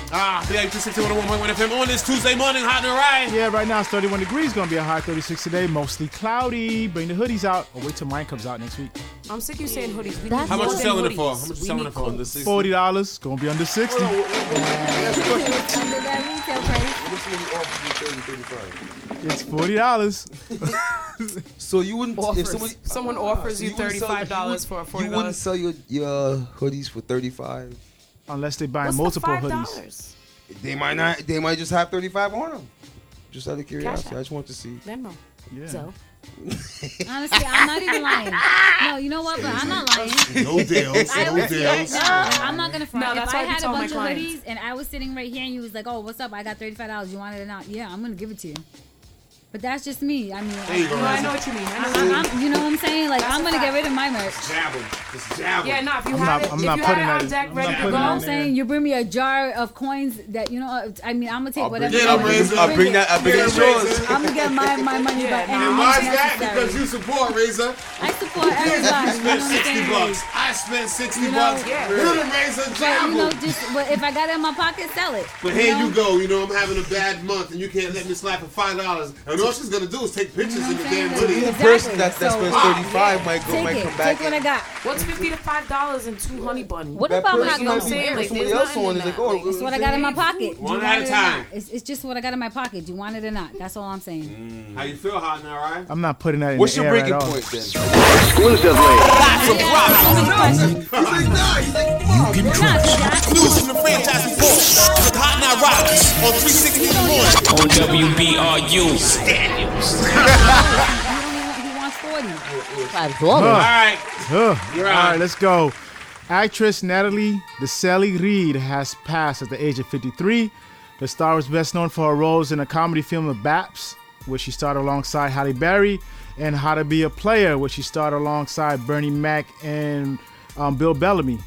S11: Ah, yeah, 261 FM on this Tuesday morning, hot and right.
S6: Yeah, right now it's 31 degrees. Gonna be a high 36 today, mostly cloudy. Bring the hoodies out or wait till mine comes out next week.
S17: I'm sick of you saying hoodies. We
S11: How much you selling it for? How much you selling it for? Under
S6: Forty dollars, gonna be under sixty. It's forty dollars.
S10: So you wouldn't if
S17: Offers.
S10: someone
S17: Someone offers you
S10: you wouldn't sell-
S17: $35 for a $40.
S10: you wouldn't sell your, your hoodies for thirty five.
S6: Unless they buy
S17: What's the
S6: multiple
S17: $5?
S6: hoodies.
S10: They might not. They might just have thirty five on them. Just out of curiosity,
S9: App.
S10: I just want to see.
S17: Venmo.
S6: Yeah.
S17: So.
S9: Honestly, I'm not even lying. No, you know what? But I'm not lying.
S5: No deals,
S9: I
S5: no
S9: was-
S5: deals.
S9: I'm not gonna front.
S17: No,
S9: if
S17: that's
S9: I
S17: why I be
S9: had a
S17: telling my
S9: bunch of hoodies
S17: clients.
S9: and I was sitting right here and you was like, "Oh, what's up? I got thirty five dollars. You want it or not? Yeah, I'm gonna give it to you." But that's just me. I mean,
S5: There you go, No, I know Razzie.
S17: what you mean. I
S9: I
S17: know what you
S9: am you know what I'm saying? Like, I'm gonna get rid of my merch.
S5: Jab them. Just jab them.
S17: Yeah, nah, if you
S6: I'm
S17: have
S6: not-
S17: it,
S6: I'm
S17: if
S6: not
S17: you have
S6: putting
S17: it
S6: that
S17: on
S6: in-
S17: deck
S6: I'm
S17: ready
S6: not
S17: to
S6: putting
S17: go,
S9: I'm saying you bring me a jar of coins that you know. uh, I mean, I'm gonna take
S10: I'll bring-
S9: whatever.
S10: Yeah, I'll bring- I'll bring that- I'll bring
S9: it.
S10: that yours.
S9: I'm gonna get my my money back.
S5: And
S9: I'm
S5: why's
S9: gonna
S5: that?
S9: get
S5: Because you support Razor.
S9: I support everybody.
S5: You
S9: you know
S5: spent
S9: what I'm
S5: 60
S9: saying?
S5: bucks. I spent 60
S9: You know,
S5: bucks.
S9: yeah.
S5: You done raised a
S9: But,
S5: jab
S9: you know,
S5: 'em.
S9: just but if I got it in my pocket, sell it.
S5: But
S9: you
S5: here
S9: know?
S5: you go, you know I'm having a bad month, and you can't let me slap for five dollars. And all she's gonna do is take pictures of the damn
S10: So
S5: hoodie.
S10: even the person that that
S9: So-
S10: spends
S5: Ah,
S10: thirty five might go
S9: Take
S10: might
S9: it.
S10: come back.
S9: Take what I got.
S17: What's fifty to five dollars and two honey bunny?
S8: What
S10: That
S8: if I'm
S10: person
S8: not
S10: might
S8: gonna
S10: be
S8: say
S10: mad
S8: it?
S10: at
S8: Like,
S10: somebody
S8: there's
S10: else
S8: nothing
S10: on
S8: in
S10: it. Like,
S8: that.
S10: oh,
S8: Like,
S9: It's what I got in my pocket. Do
S5: One
S9: you want
S5: at a
S9: it or
S5: time.
S9: not? It's, it's just what I got in my pocket. Do you want it or not? That's all I'm saying.
S5: How you feel, hot now, right?
S6: I'm not putting that in
S10: What's
S6: the
S10: your
S6: air
S10: breaking
S6: at all.
S10: point then?
S11: News from the franchise report. With Hot Now Rocks on 360 in the morning.
S15: On WBRU.
S9: He wants 40.
S8: Five
S6: Huh.
S8: dollars.
S6: Huh.
S5: You're
S6: All right,
S5: on.
S6: let's go. Actress Natalie DeSally Reed has passed at the age of 53. The star was best known for her roles in the comedy film The Baps, where she starred alongside Halle Berry, and How to Be a Player, where she starred alongside Bernie Mac and um, Bill Bellamy.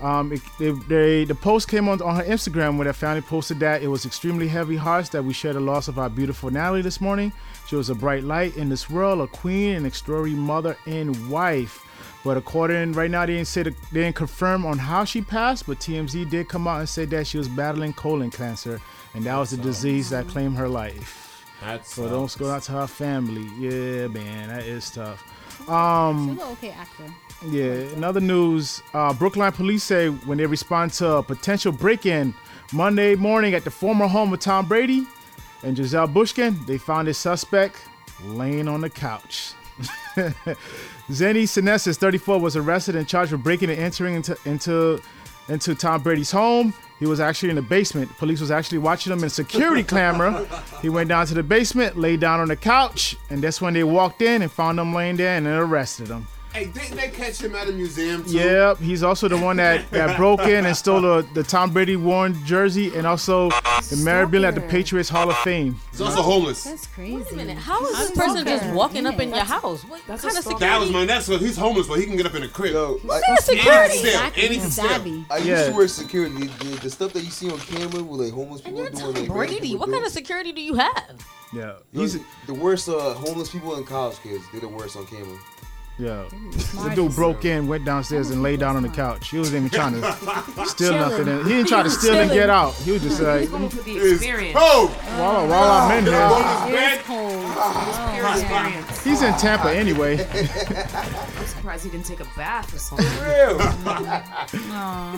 S6: Um, it- they, they- the post came on, on her Instagram where their family posted that it was extremely heavy hearts that we share the loss of our beautiful Natalie this morning. She was a bright light in this world, a queen, an extraordinary mother and wife. But according right now, they didn't say the, they didn't confirm on how she passed. But TMZ did come out and say that she was battling colon cancer, and that was the disease that claimed her life.
S5: That's
S6: So don't go out to her family. Yeah, man, that is tough. Um,
S9: She's an okay actor.
S6: yeah, in other news, uh, Brookline police say when they respond to a potential break in Monday morning at the former home of Tom Brady and Giselle Bushkin, they found a suspect laying on the couch. [LAUGHS] Zenny Sinesis, 34, was arrested and charged with breaking and entering into, into, into Tom Brady's home. He was actually in the basement. Police was actually watching him in security camera. He went down to the basement, laid down on the couch, and that's when they walked in and found him laying there and then arrested him.
S5: Hey, didn't they catch him at a museum too?
S6: Yep, he's also the one that, that broke in and stole the, the Tom Brady worn jersey and also the memorabilia at the Patriots Hall of Fame.
S5: He's also homeless.
S9: That's crazy. Wait a minute.
S8: How is this person just walking up in your house? What
S17: That's
S8: kind
S17: a
S8: of
S17: stalker.
S8: security?
S5: That was my next one. He's homeless, but he can get up in a crib.
S10: Yo, I,
S8: kind of
S5: And
S8: security?
S5: he can
S9: Exactly.
S5: steal. And he can steal.
S9: Savvy.
S10: I used
S6: Yeah.
S10: to wear security. The, the stuff that you see on camera with like homeless
S8: And
S10: people
S8: you're
S10: doing.
S8: Tom
S10: Like,
S8: Brady. What kind of security do you have?
S6: Yeah,
S10: He's
S6: he's
S10: the worst uh, homeless people and college kids. They're the worst on camera.
S6: yeah. The dude broke in, went downstairs, and laid down on the couch. He wasn't even trying to steal nothing. And he didn't try to steal and get out. He was just like,
S17: Going for the
S5: It's
S17: experience.
S5: cold.
S6: while, while I'm in here,
S5: On his
S9: It is
S5: bed.
S9: cold. Oh,
S17: Pure experience.
S6: he's in Tampa anyway.
S17: I'm surprised he didn't take a bath or something.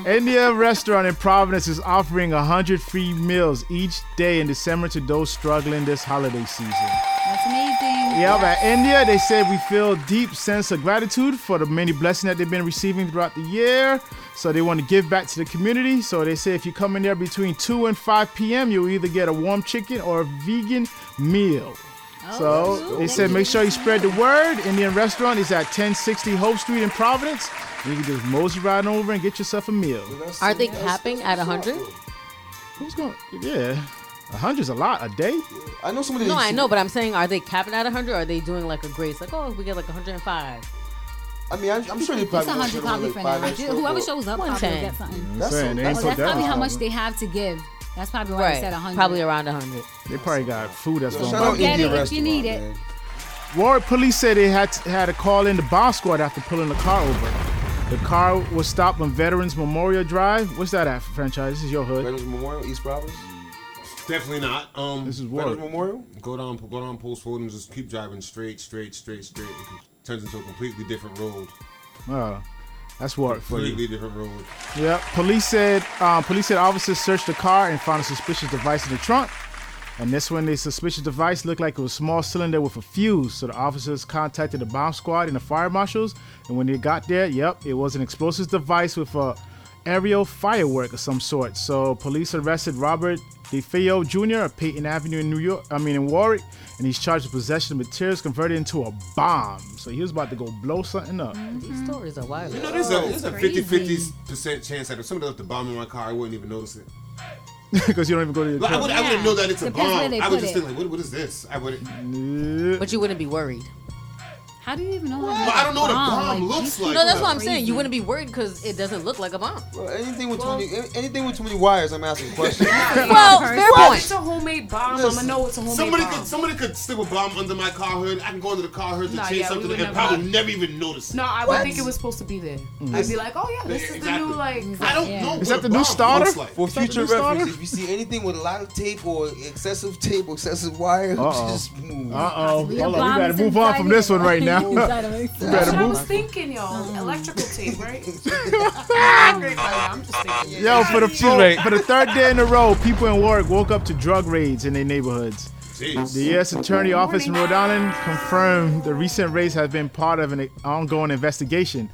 S6: India restaurant in Providence is offering 100 free meals each day in December to those struggling this holiday season.
S9: That's amazing.
S6: Yeah, but India, they said we feel deep sense of gratitude for the many blessings that they've been receiving throughout the year. So they want to give back to the community. So they say if you come in there between 2 and 5 p.m., you'll either get a warm chicken or a vegan meal. so they said make sure you spread the word. Indian restaurant is at 1060 Hope Street in Providence. You can just mosey right over and get yourself a meal.
S8: Are they capping at 100?
S6: Who's going? Yeah, a hundred's a lot a day.
S10: I know somebody.
S8: No,
S10: that used
S8: I
S10: to-
S8: know, but I'm saying, are they capping at 100 or are they doing like a grace? Like, oh, we get like 105.
S10: I mean, I'm, I'm sure they
S9: It's
S10: probably.
S9: a
S10: don't
S9: hundred
S10: put
S9: probably
S10: on,
S9: for
S10: like, five
S9: now.
S10: extra,
S9: Whoever
S10: but
S9: shows up
S8: One
S9: probably
S8: ten.
S9: will get something.
S6: saying,
S10: so-
S6: they
S9: Oh,
S6: ain't
S9: that's
S6: put that
S9: probably
S6: much
S9: how
S6: on
S9: much
S6: it.
S9: they have to give. That's probably why they said 100.
S8: Probably around 100.
S6: They probably got food that's going
S9: Go get it if you need it.
S6: Warwick police said they had to, had to call in the bomb squad after pulling the car over. The car was stopped on Veterans Memorial Drive. What's that at, franchise? This is your hood.
S10: Veterans Memorial, East Providence.
S5: Definitely not. Um, this is
S10: Veterans Memorial.
S5: Go down, go down Post Road and just keep driving straight, straight, straight, straight. It com- turns into a completely different road.
S6: Oh, that's Warwick for you.
S5: Completely different road.
S6: Yep. Police said um, police said officers searched the car and found a suspicious device in the trunk. And this one, the suspicious device looked like it was a small cylinder with a fuse. So the officers contacted the bomb squad and the fire marshals. And when they got there, yep, it was an explosives device with a aerial firework of some sort. So police arrested Robert DeFeo Jr. of Peyton Avenue in New York, I mean in Warwick, and he's charged with possession of materials converted into a bomb. So he was about to go blow something up. [LAUGHS]
S8: These stories are wild.
S5: You know, there's a there's a 50 50 percent chance that if somebody left a bomb in my car, I wouldn't even notice it.
S6: Because you don't even go to the
S5: Like, I
S6: trunk.
S5: would I wouldn't know that it's a
S9: Depends where
S5: bomb.
S9: they
S5: I would
S9: put
S5: just
S9: it.
S5: think like, what, what is this? I wouldn't.
S8: But you wouldn't be worried.
S9: How do you even know?
S5: Well, I don't know what a bomb
S10: looks like.
S8: No, that's what I'm
S10: Crazy.
S8: saying. You wouldn't be worried because it doesn't look like a bomb.
S10: Well, anything with too many, anything with too many wires, I'm asking questions.
S8: Well, fair
S10: Well,
S8: point.
S17: It's a homemade bomb. I'ma
S5: Listen,
S17: know it's a homemade
S5: somebody
S17: bomb.
S5: Could, somebody could slip a bomb under my car hood. I can go under the car hood to
S17: Nah,
S5: change
S17: yeah, we
S5: something
S17: would
S5: and
S17: never-
S5: probably never even notice.
S17: No, I
S5: What?
S17: would think it was supposed to be there. I'd be like, oh yeah, this is the
S5: Exactly.
S17: new like.
S5: I don't know
S6: Is that the new starter?
S10: For
S6: Is that the
S10: future
S6: new starter?
S10: reference, if you see anything with a lot of tape or excessive tape or excessive wires,
S6: Uh-oh.
S10: [LAUGHS] just move.
S6: Uh-oh. Hold on. We better move on from this one right
S17: [LAUGHS]
S6: now. [LAUGHS] we
S17: That's
S6: better
S17: what I was
S6: move.
S17: thinking, y'all. Electrical tape, right? [LAUGHS] I'm just thinking.
S6: Yo, for the pro, for the third day in a row, people in Warwick woke up to drug raids in their neighborhoods.
S5: Jeez.
S6: The U.S. Attorney Office in Rhode Island confirmed the recent raids have been part of an ongoing investigation.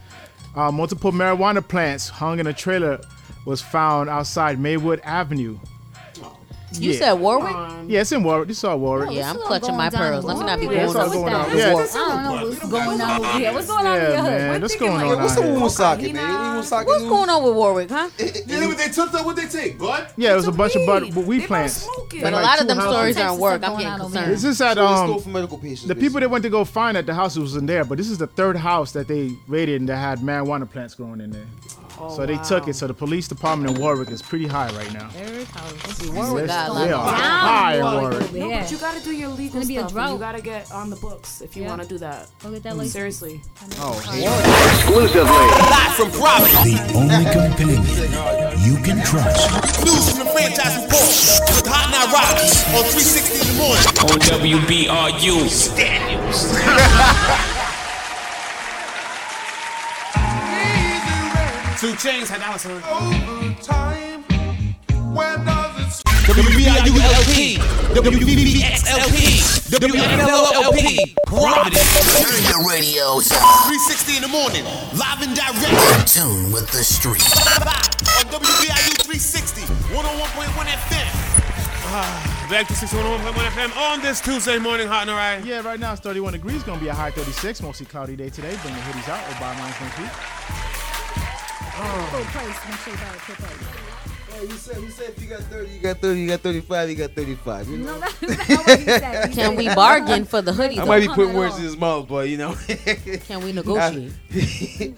S6: Uh, multiple marijuana plants hung in a trailer was found outside Maywood Avenue.
S8: You said Warwick?
S6: Yeah, it's in Warwick. You saw
S17: Oh,
S6: Warwick.
S8: Yeah, I'm clutching my pearls. Let me not be
S6: Yeah, it's
S8: going
S6: all
S8: up.
S6: going on.
S8: Yeah.
S6: Yeah.
S9: I don't know what's going on over here. What's going on
S6: Yeah,
S9: over here?
S6: man, what's going on?
S10: What's the
S6: out here?
S10: one socket, man? What's
S8: What's going on with Warwick, huh?
S5: Yeah, but they took that. What they take, bud?
S6: Yeah, it was a bunch of bud- but weed plants.
S8: But a lot of them stories aren't work. I'm getting concerned.
S6: This is at
S10: So it's
S6: um,
S10: still for medical patients,
S6: the people that went to go find at the house wasn't there, but this is the third house that they raided and that had marijuana plants growing in there. so they took it. So the police department in Warwick is pretty high right now.
S8: Warwick got a
S6: they
S8: lot
S6: are
S8: of-
S6: high in Warwick.
S17: No, but you gotta do your legal
S9: It's gonna be a
S17: stuff.
S9: drought.
S17: You gotta get on the books if you
S9: Yeah.
S17: want to do that.
S9: Look at that license.
S17: Seriously.
S1: Live from Providence.
S14: The only companion you can trust.
S1: News from the franchise report with Hot Now Rockets on 360 in the morning.
S15: On WBRU.
S1: Daniels.
S11: Two chains had that was
S1: WBIULP, WBBXLP, WFLLP, Providence.
S2: Turn your radios up.
S1: 360 in the morning, live and direct.
S2: In tune with the street.
S1: on WBIU 360, 101.1 FM.
S11: Back to 611.1 FM on this Tuesday morning, hot and right.
S6: Yeah, right now it's 31 degrees. Going to be a high 36. Mostly cloudy day today. Bring your hoodies out or buy mine next week.
S9: Full price. Make sure you buy it full price.
S10: Hey, you said, you said if you got 30, you got 30, you got 35, you got 35. You know?
S8: Can we bargain for the hoodie?
S10: I might be
S8: though?
S10: putting words in his mouth, but you know. [LAUGHS]
S8: Can we negotiate?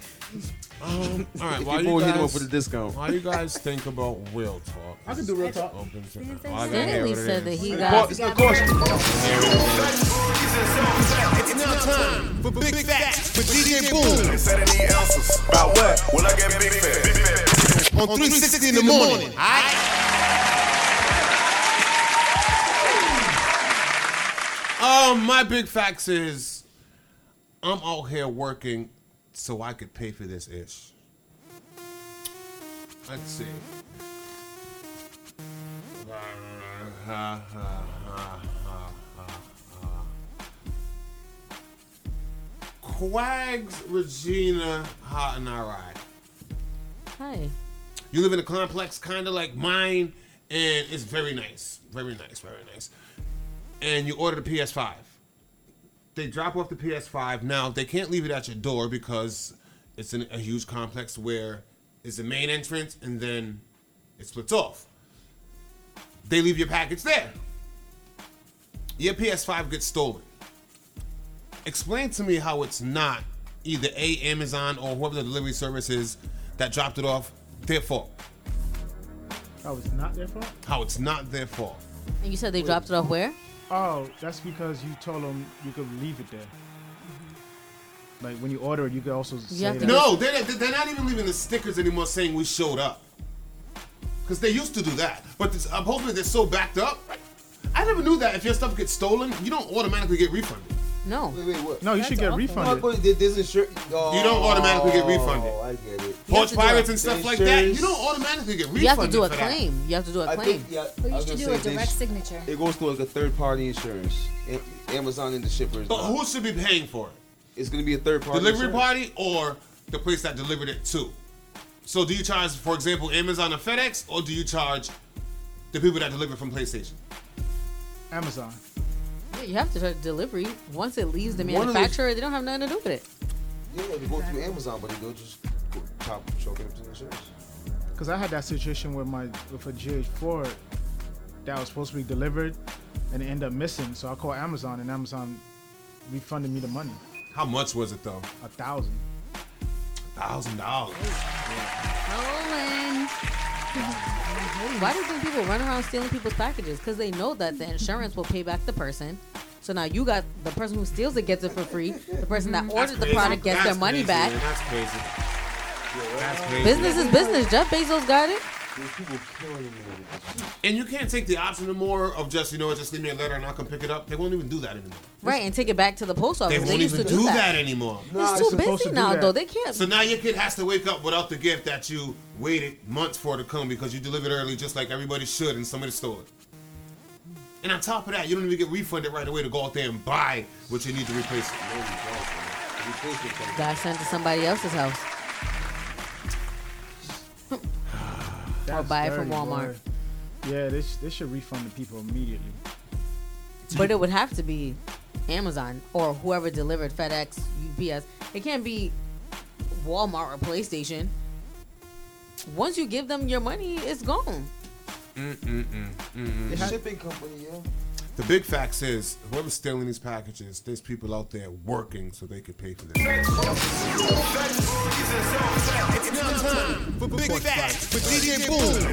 S5: Um, all right,
S10: If
S5: while
S10: people
S5: you
S10: hit him up
S5: guys,
S10: with a discount.
S5: While you guys think about real talk,
S6: I can do real talk.
S8: Stanley said that he
S10: Well,
S8: got.
S10: it's not caution.
S1: It's now time for Big Facts with DJ Boom
S2: Instead of the answers. About what? Well, I get big fat. Big fat.
S1: on 360 Oh, in the morning.
S5: Um, my big facts is I'm out here working so I could pay for this ish. Let's see. Quags Regina Hot and I Ride.
S8: Hi.
S5: You live in a complex kind of like mine, and it's very nice. Very nice, very nice. And you order the PS5. They drop off the PS5. Now, they can't leave it at your door because it's in a huge complex where it's the main entrance and then it splits off. They leave your package there. Your PS5 gets stolen. Explain to me how it's not either A, Amazon or whoever the delivery service is that dropped it off, their fault.
S6: Oh, it's not their fault?
S5: How it's not their fault.
S8: And you said they dropped it off where?
S6: Oh, that's because you told them you could leave it there. Like when you order it, you can also say that.
S5: No, they're, they're not even leaving the stickers anymore saying we showed up. Because they used to do that. But this, I'm hoping they're so backed up. I never knew that if your stuff gets stolen, you don't automatically get refunded.
S8: No.
S10: Wait, wait, what?
S6: No, you should get refunded.
S10: No, but th- this insur- oh,
S5: You don't automatically get refunded.
S10: I get it.
S5: Porch pirates and stuff like that, you don't automatically get refunded.
S8: You have to do a
S5: for that.
S8: claim. You have to do a
S10: I
S8: claim.
S10: think, yeah,
S9: But
S10: I
S9: you
S10: was
S9: should
S10: gonna
S9: do a
S10: say they
S9: direct
S10: sh-
S9: signature.
S10: It goes through like a third party insurance, Am- Amazon and the shippers.
S5: But who should be paying for it?
S10: It's gonna be a third party.
S5: Delivery
S10: insurance.
S5: party or the place that delivered it to. So do you charge, for example, Amazon or FedEx, or do you charge the people that deliver from PlayStation?
S6: Amazon.
S8: Yeah, you have to charge delivery. Once it leaves the
S10: One of the-
S8: manufacturer, they don't have nothing to do with it.
S10: Yeah, they go through Amazon, but they go just go top choke it up to the insurance.
S6: Because I had that situation with my with a GH4 that was supposed to be delivered and it ended up missing. So I called Amazon and Amazon refunded me the money,
S5: How much was it though?
S6: a thousand.
S5: Thousand dollars.
S8: Rolling. Why do you think people run around stealing people's packages? Because they know that the insurance will pay back the person. So now you got the person who steals it gets it for free. The person that ordered the product gets their money back.
S5: That's crazy. That's crazy.
S8: Business is business. Jeff Bezos got it.
S10: These people killing me.
S5: And you can't take the option anymore of just, you know, what, just leave me a letter and I can pick it up. They won't even do that anymore.
S8: Right, and take it back to the post office.
S5: They
S8: They,
S5: won't
S8: used
S5: even
S8: to
S5: do, that. anymore.
S8: Nah, It's too they're supposed busy to do now, that. though. They can't-
S5: So now your kid has to wake up without the gift that you waited months for to come because you delivered early, just like everybody should, and somebody stole it. And on top of that, you don't even get refunded right away to go out there and buy what you need to replace it.
S8: Got sent to somebody else's house. or
S6: That's
S8: buy it from
S6: dirty,
S8: Walmart.
S6: boy. Yeah, they, sh- they should refund the people immediately.
S8: [LAUGHS] But it would have to be Amazon or whoever delivered FedEx, UPS. It can't be Walmart or PlayStation. Once you give them your money, it's gone.
S10: The
S5: Mm-mm-mm.
S10: shipping company, yeah.
S5: The big facts is whoever's stealing these packages, there's people out there working so they could pay for them.
S1: It's now time for Big Facts with DJ Boom.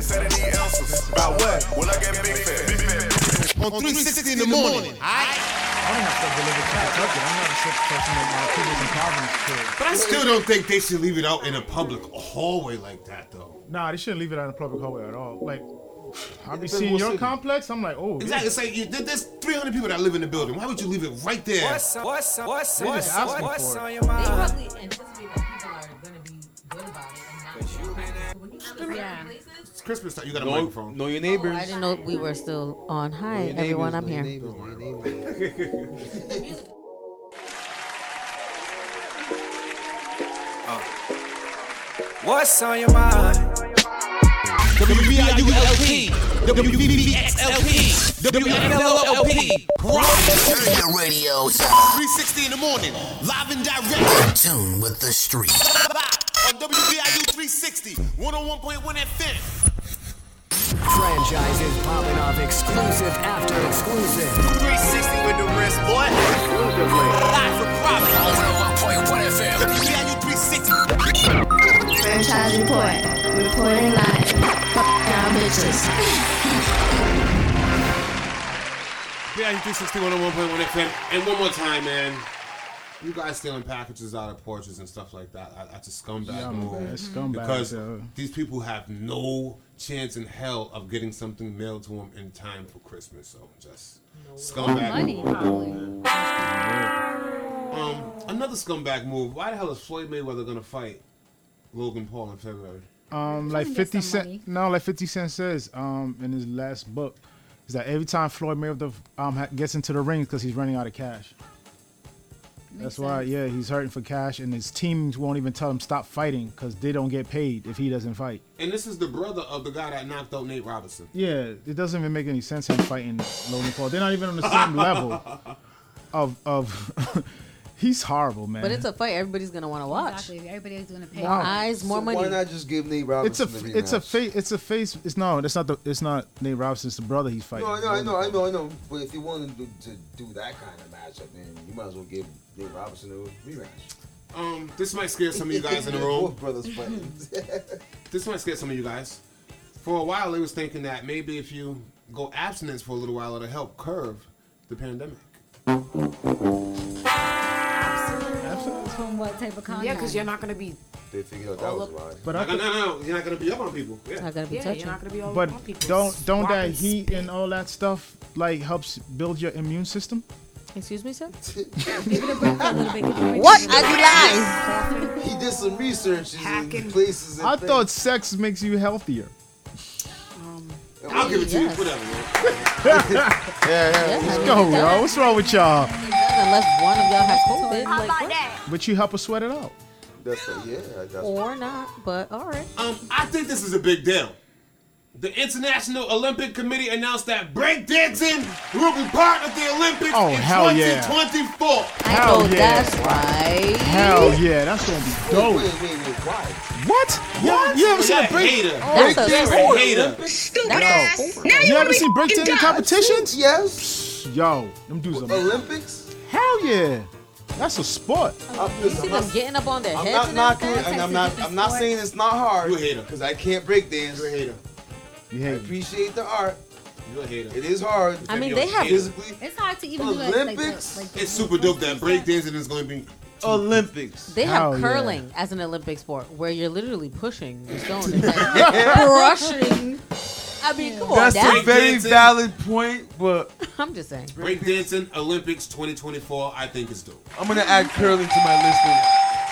S2: About what? Will I get big fat? Big fat.
S1: On 360 in the morning.
S18: I don't have stuff delivered to my cooking. I'm not a shit person that my people's in Providence could.
S5: But I still don't think they should leave it out in a public hallway like that, though.
S6: Nah, they shouldn't leave it out in the public hallway at all. Like, [SIGHS] I'll be
S5: depends
S6: seeing
S5: what
S6: your
S5: city.
S6: complex. I'm like, oh,
S5: Exactly. It's like you, there- there's 300 people that live in the building. Why would you leave it right there?
S18: What's on- what's on- what's
S5: They
S18: on-
S5: just asking
S18: what's
S5: for it.
S18: on your mind?
S8: Probably anticipate that people are gonna be good about it. Yeah.
S5: It's Christmas time. You got a
S10: Know-
S5: microphone.
S10: Know your
S9: Oh,
S10: neighbors.
S8: I didn't know we were still on. Hi,
S10: Know your
S8: everyone. I'm
S10: neighbors,
S8: here.
S10: know your neighbors, know your neighbors.
S18: What's on your mind?
S11: WBIULP, WBBXLP, WFLLP,
S1: Turn
S11: Rock
S1: your radios up. 360 in the morning. Live and direct.
S14: In tune with the street.
S1: On WBIU 360. 101.1 FM.
S4: Franchises popping off exclusive after exclusive.
S1: 360 with the wrist, boy. Exclusively. Live for profit. 101.1 FM. WBIU 360.
S12: Franchise report. Reporting live. Fuck y'all bitches.
S5: Yeah, 360 101.1 FM. And oh one more time, man. You guys stealing packages out of porches and stuff like that. I- That's a scumbag
S6: Yeah,
S5: move.
S6: man, it's scumbag,
S5: because
S6: yo.
S5: these people have no chance in hell of getting something mailed to them in time for Christmas. So just scumbag
S9: Money,
S5: move.
S9: probably.
S5: Yeah. Um, another scumbag move. Why the hell is Floyd Mayweather gonna fight Logan Paul in February?
S6: Um, like
S5: get
S6: Fifty
S5: some
S6: Cent. No, like Fifty Cent says um, in his last book, is that every time Floyd Mayweather um, ha- gets into the ring, because he's running out of cash. That's why, yeah, he's hurting for cash, and his teams won't even tell him stop fighting because they don't get paid if he doesn't fight.
S5: And this is the brother of the guy that knocked out Nate Robinson.
S6: Yeah, it doesn't even make any sense him fighting Logan Paul. They're not even on
S10: [LAUGHS]
S6: the same level of of. [LAUGHS] he's horrible, man.
S8: But it's a fight everybody's gonna want to watch.
S9: Exactly. Everybody's gonna pay.
S8: More eyes, more
S10: So
S8: money.
S10: Why not just give Nate
S6: It's a
S10: Robinson the rematch?
S6: it's a face it's a face it's no that's not the it's not Nate Robinson it's the brother he's fighting.
S10: No, I know, I know, I know, I know. But if you want to do, to do that kind of matchup, then you might as well give Nate Robinson a rematch.
S8: [LAUGHS]
S5: Um, this might scare some of you guys in the room.
S10: Both brothers fighting.
S5: This might scare some of you guys. for a while, they was thinking that maybe if you go abstinence for a little while, it'll help curve the pandemic.
S9: From what type of contact?
S17: Yeah, because you're not gonna be.
S10: [LAUGHS] They figured out that was why.
S5: But I no, no, no, you're not gonna be up on people. Yeah.
S8: Not gonna be
S17: Yeah,
S8: touching.
S17: you're not gonna be all
S6: But
S17: on people.
S6: don't don't that
S17: Swapping
S6: heat and all that stuff like helps build your immune system?
S8: Excuse
S10: [LAUGHS]
S8: me, sir.
S6: What
S8: are you
S10: lies? He did some research in places. And
S6: I
S10: things.
S6: thought sex makes you healthier.
S5: I'll give it to you. Whatever.
S6: Let's go, yo. What's wrong with y'all?
S8: Unless one of y'all has COVID, like, what?
S6: But you help us sweat it out.
S10: That's a, yeah, that's
S8: or not. But all right.
S5: Um, I think this is a big deal. The International Olympic Committee announced that breakdancing will be part of the Olympics
S6: Oh,
S5: in
S6: hell yeah.
S5: 2024.
S6: Hell yeah.
S8: that's right.
S6: Hell yeah, that's gonna be dope. What? What? You ever seen a break? Oh,
S5: Hater.
S6: break dance?
S8: you
S6: You
S8: wanna
S6: ever
S8: be
S6: seen
S8: fucking
S6: breakdancing
S8: gods.
S6: competitions?
S10: Yes.
S6: Yo, them dudes are.
S10: Olympics?
S6: Hell yeah. That's a sport.
S8: Oh, You see them getting up on their
S10: I'm
S8: heads
S10: not
S8: and
S10: knocking it,
S8: everything?
S10: and I'm not. I'm not saying it's not hard. You hater. Because I can't break dance. You're a hater.
S6: You hate.
S10: Appreciate the art.
S5: You're a hater.
S10: It is hard.
S8: I mean, they have-
S10: physically.
S9: It's hard to even do like, like,
S10: Olympics.
S9: like
S5: It's super dope that breakdancing is going to be
S10: Olympics.
S8: They have
S5: Hell yeah.
S8: curling as an Olympic sport where you're literally pushing the stone and like, brushing. I mean, come
S10: That's
S8: on,
S10: a
S8: now.
S10: very valid point, but
S8: I'm just saying.
S5: Breakdancing Olympics 2024, I think is dope.
S10: I'm gonna add curling to my list of.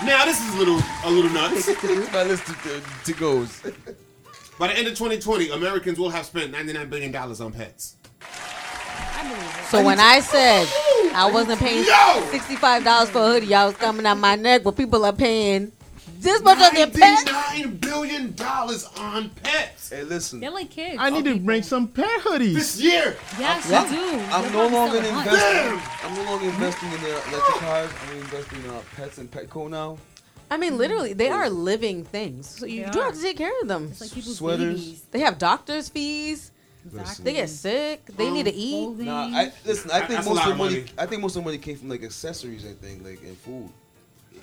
S5: Now this is a little a little nuts.
S10: my list of to goes.
S5: By the end of 2020, Americans will have spent 99 billion dollars on pets.
S8: So when I said I wasn't paying
S5: Yo!
S8: sixty-five dollars for a hoodie, I was coming out my neck. But people are paying this much on their pants.
S5: 99 billion dollars on pets.
S10: Hey, listen.
S9: They're like kids.
S6: I need to bring some pair hoodies.
S5: This year.
S9: Yes,
S10: I'm,
S9: you do.
S10: I'm
S9: Your
S10: no
S9: mom's
S10: longer
S9: selling lunch.
S10: investing. I'm no longer investing in their electric cars. I'm investing in uh, pets and Petco now.
S8: I mean, literally, they are living things. So you do have to take care of them.
S10: Sweaters. babies.
S8: They have doctors' fees. They get sick. They need to eat. [LAUGHS]
S10: Nah, I, listen. I
S8: That-
S10: think
S8: that's a
S10: most
S8: lot
S10: of the
S8: of
S10: money,
S8: money.
S10: I think most of the money came from like accessories. I think like and food.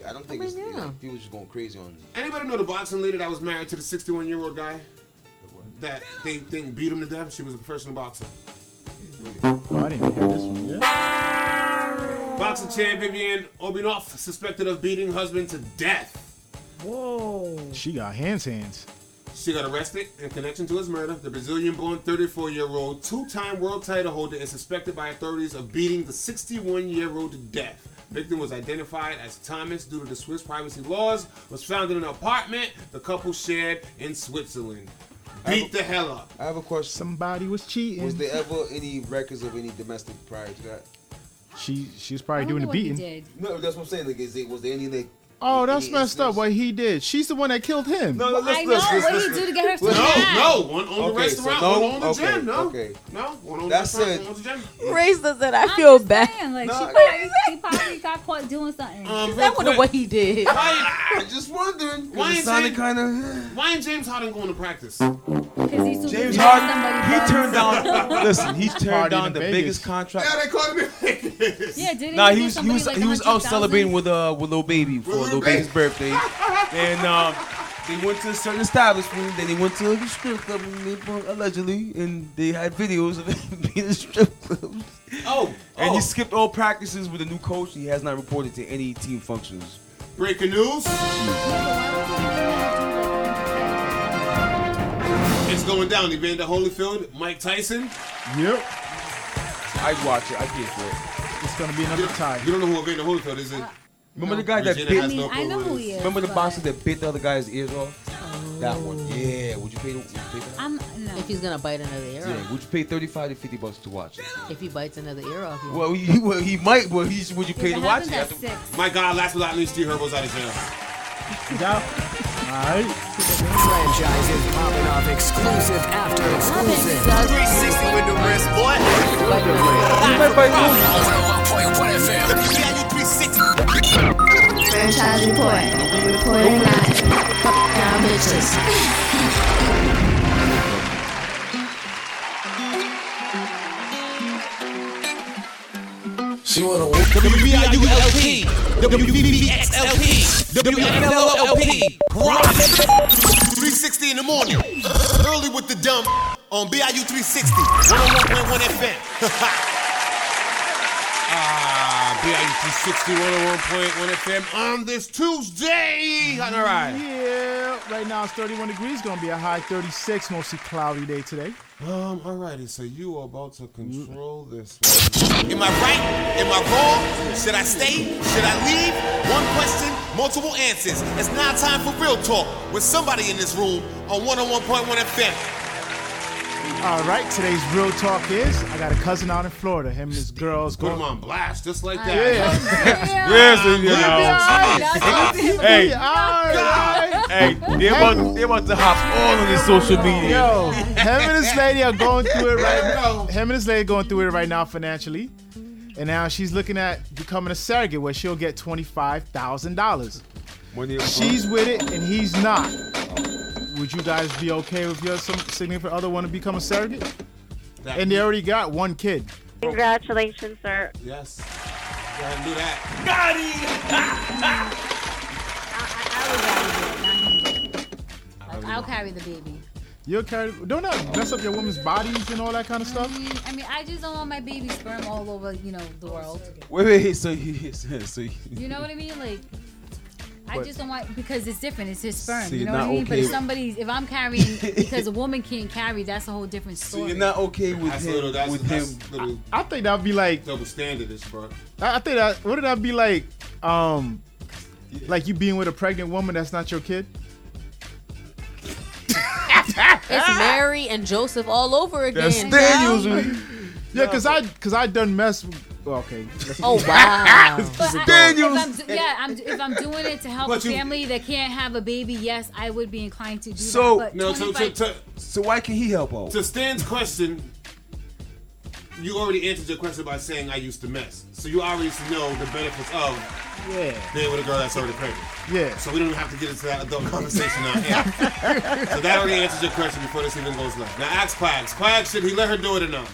S10: I don't think it's, you know, people just going crazy on.
S5: Anybody know the boxing lady that was married to the 61 year old guy? That they think beat him to death. She was a professional boxer.
S6: Oh, I didn't hear this one
S5: Boxing champ Vivian Obinoff suspected of beating husband to death.
S6: Whoa. She got hands, hands.
S5: She got arrested in connection to his murder. The Brazilian-born 34-year-old, two-time world title holder, is suspected by authorities of beating the 61-year-old to death. Victim was identified as Thomas due to the Swiss privacy laws. Was found in an apartment the couple shared in Switzerland. Beat the hell up.
S10: I have a question.
S6: Somebody was cheating.
S10: Was there ever any records of any domestic prior to that?
S6: She she was probably doing the beating.
S10: No, that's what I'm saying. Like, is it was there any like?
S6: Oh, that's messed up. What he did. She's the one that killed him.
S10: No, no, let's, let's, let's, let's,
S5: No, no, one on the restaurant,
S10: no,
S5: one on the
S10: okay,
S5: gym. No,
S10: okay.
S5: no, one on the
S10: That's
S5: restaurant,
S10: it.
S5: one on the gym.
S8: Raised us that I feel bad.
S9: Damn, like
S8: Nah,
S9: she, probably, she probably got caught doing something.
S5: Um,
S8: That would have what he did.
S5: I
S10: just wondering.
S5: Why
S10: It
S5: ain't,
S10: sounded
S5: James, why ain't James Harden going to practice?
S10: James Harden, he turned down. listen, he turned
S5: Party
S10: down
S5: in
S10: the
S5: Vegas.
S10: biggest contract.
S5: Yeah, they called him in
S9: [LAUGHS]
S5: Vegas.
S9: Yeah, did
S10: Nah, he was he was he was out celebrating with uh with little baby for little baby's birthday, and um they went to a certain establishment. Then they went to a strip club and they brought- allegedly, and they had videos of [LAUGHS] him being in strip clubs.
S5: Oh,
S10: and he skipped all practices with a new coach. He has not reported to any team functions.
S5: Breaking news. It's going down. Evander Holyfield, Mike Tyson.
S6: Yep.
S10: I watch it. I can't for it.
S6: It's gonna be another time.
S5: You don't know who Evander Holyfield is? It.
S10: Remember the guy that
S5: Regina
S10: bit?
S5: has no clue who it is.
S10: Remember the boxer that bit the other guy's ears off? That one.
S5: Oh.
S10: Yeah. Would you pay? Would you pay for that?
S9: I'm, no.
S8: [LAUGHS] If he's gonna bite another ear
S10: Yeah.
S8: off.
S10: Would you pay thirty-five to fifty bucks to watch it?
S8: If he bites another ear off. you-
S10: Well, he, well, he might. Well, he would you pay to watch it?
S8: happens
S10: [LAUGHS] after-
S5: My God, last but not least, Steve Herbo's out of jail.
S4: Franchise is popping off exclusive after exclusive. 360 with the wrist, boy.
S12: Franchise report. Reporting live. Fucking our bitches.
S1: She wanna WBIULP, WBBXLP, WNLOLP, Rock 360 in in the
S5: [LAUGHS]
S1: morning. Early with the dumb on BIU 360. 101.1 FM.
S5: [LAUGHS] Ah, BIU 360 101.1 FM on this Tuesday. All right.
S6: Yeah. Right now it's 31 degrees. Gonna be a high 36. Mostly cloudy day today.
S5: Um. Alrighty. So you are about to control this one.
S11: Am I right? Am I wrong? Should I stay? Should I leave? One question, multiple answers. It's now time for real talk with somebody in this room on 101.1 FM.
S6: All right, today's real talk is I got a cousin out in Florida. Him and his girls
S5: Put
S6: going
S5: him on blast just like that.
S6: Yeah.
S21: Listen, you
S6: know.
S21: Hey.
S6: Hey,
S21: Hey, they about, they about to hop all on this social media.
S6: Yo, him and his lady are going through it right now. Him and his lady going through it right now financially. And now she's looking at becoming a surrogate where she'll get $25,000. She's with it and he's not. Would you guys be okay with your some significant other want to become a surrogate? And they already got one kid.
S22: Congratulations, sir.
S5: Yes. Go ahead and do that.
S9: I'll carry the baby.
S6: You'll carry. Don't that mess up your woman's bodies and all that kind of stuff?
S9: I mean, I just don't want my baby sperm all over, you know, the world.
S21: Wait, wait, so
S10: [LAUGHS]
S21: he, so he,
S9: You know what I mean? Like, I
S21: But-
S9: just don't want because it's different. It's his sperm.
S21: So
S9: you
S21: you're
S9: know what I
S21: not
S9: mean? But
S21: okay
S9: if
S21: with-
S9: somebody's, if I'm carrying because a woman can't carry, that's a whole different story.
S21: you're not okay with
S5: That's
S21: him.
S5: little. That's,
S21: with
S5: that's
S21: him.
S5: little
S6: I think that'd be like
S5: double standard is, bro.
S6: I, I think that wouldn't that be like, um, like you being with a pregnant woman that's not your kid?
S8: It's Mary and Joseph all over again.
S6: Yeah, cause I cause I done mess. With, well, okay.
S8: Oh, wow.
S9: But I-
S6: Daniels.
S9: If I'm, do- yeah, I'm, if I'm doing it to help
S6: But
S9: a
S6: you-
S9: family that can't have a baby, yes, I would be inclined to do
S21: So,
S9: that. But
S5: No, to, to,
S9: 25
S5: to,
S21: So why can he help out?
S5: to Stan's question, you already answered your question by saying I used to mess. So you already know the benefits of
S6: Yeah.
S5: being with a girl that's already pregnant.
S6: Yeah.
S5: So we don't have to get into that adult
S21: [LAUGHS]
S5: conversation now. so that already answers your question before this even goes live. Now ask Quags. Quags, should he let her do it or no?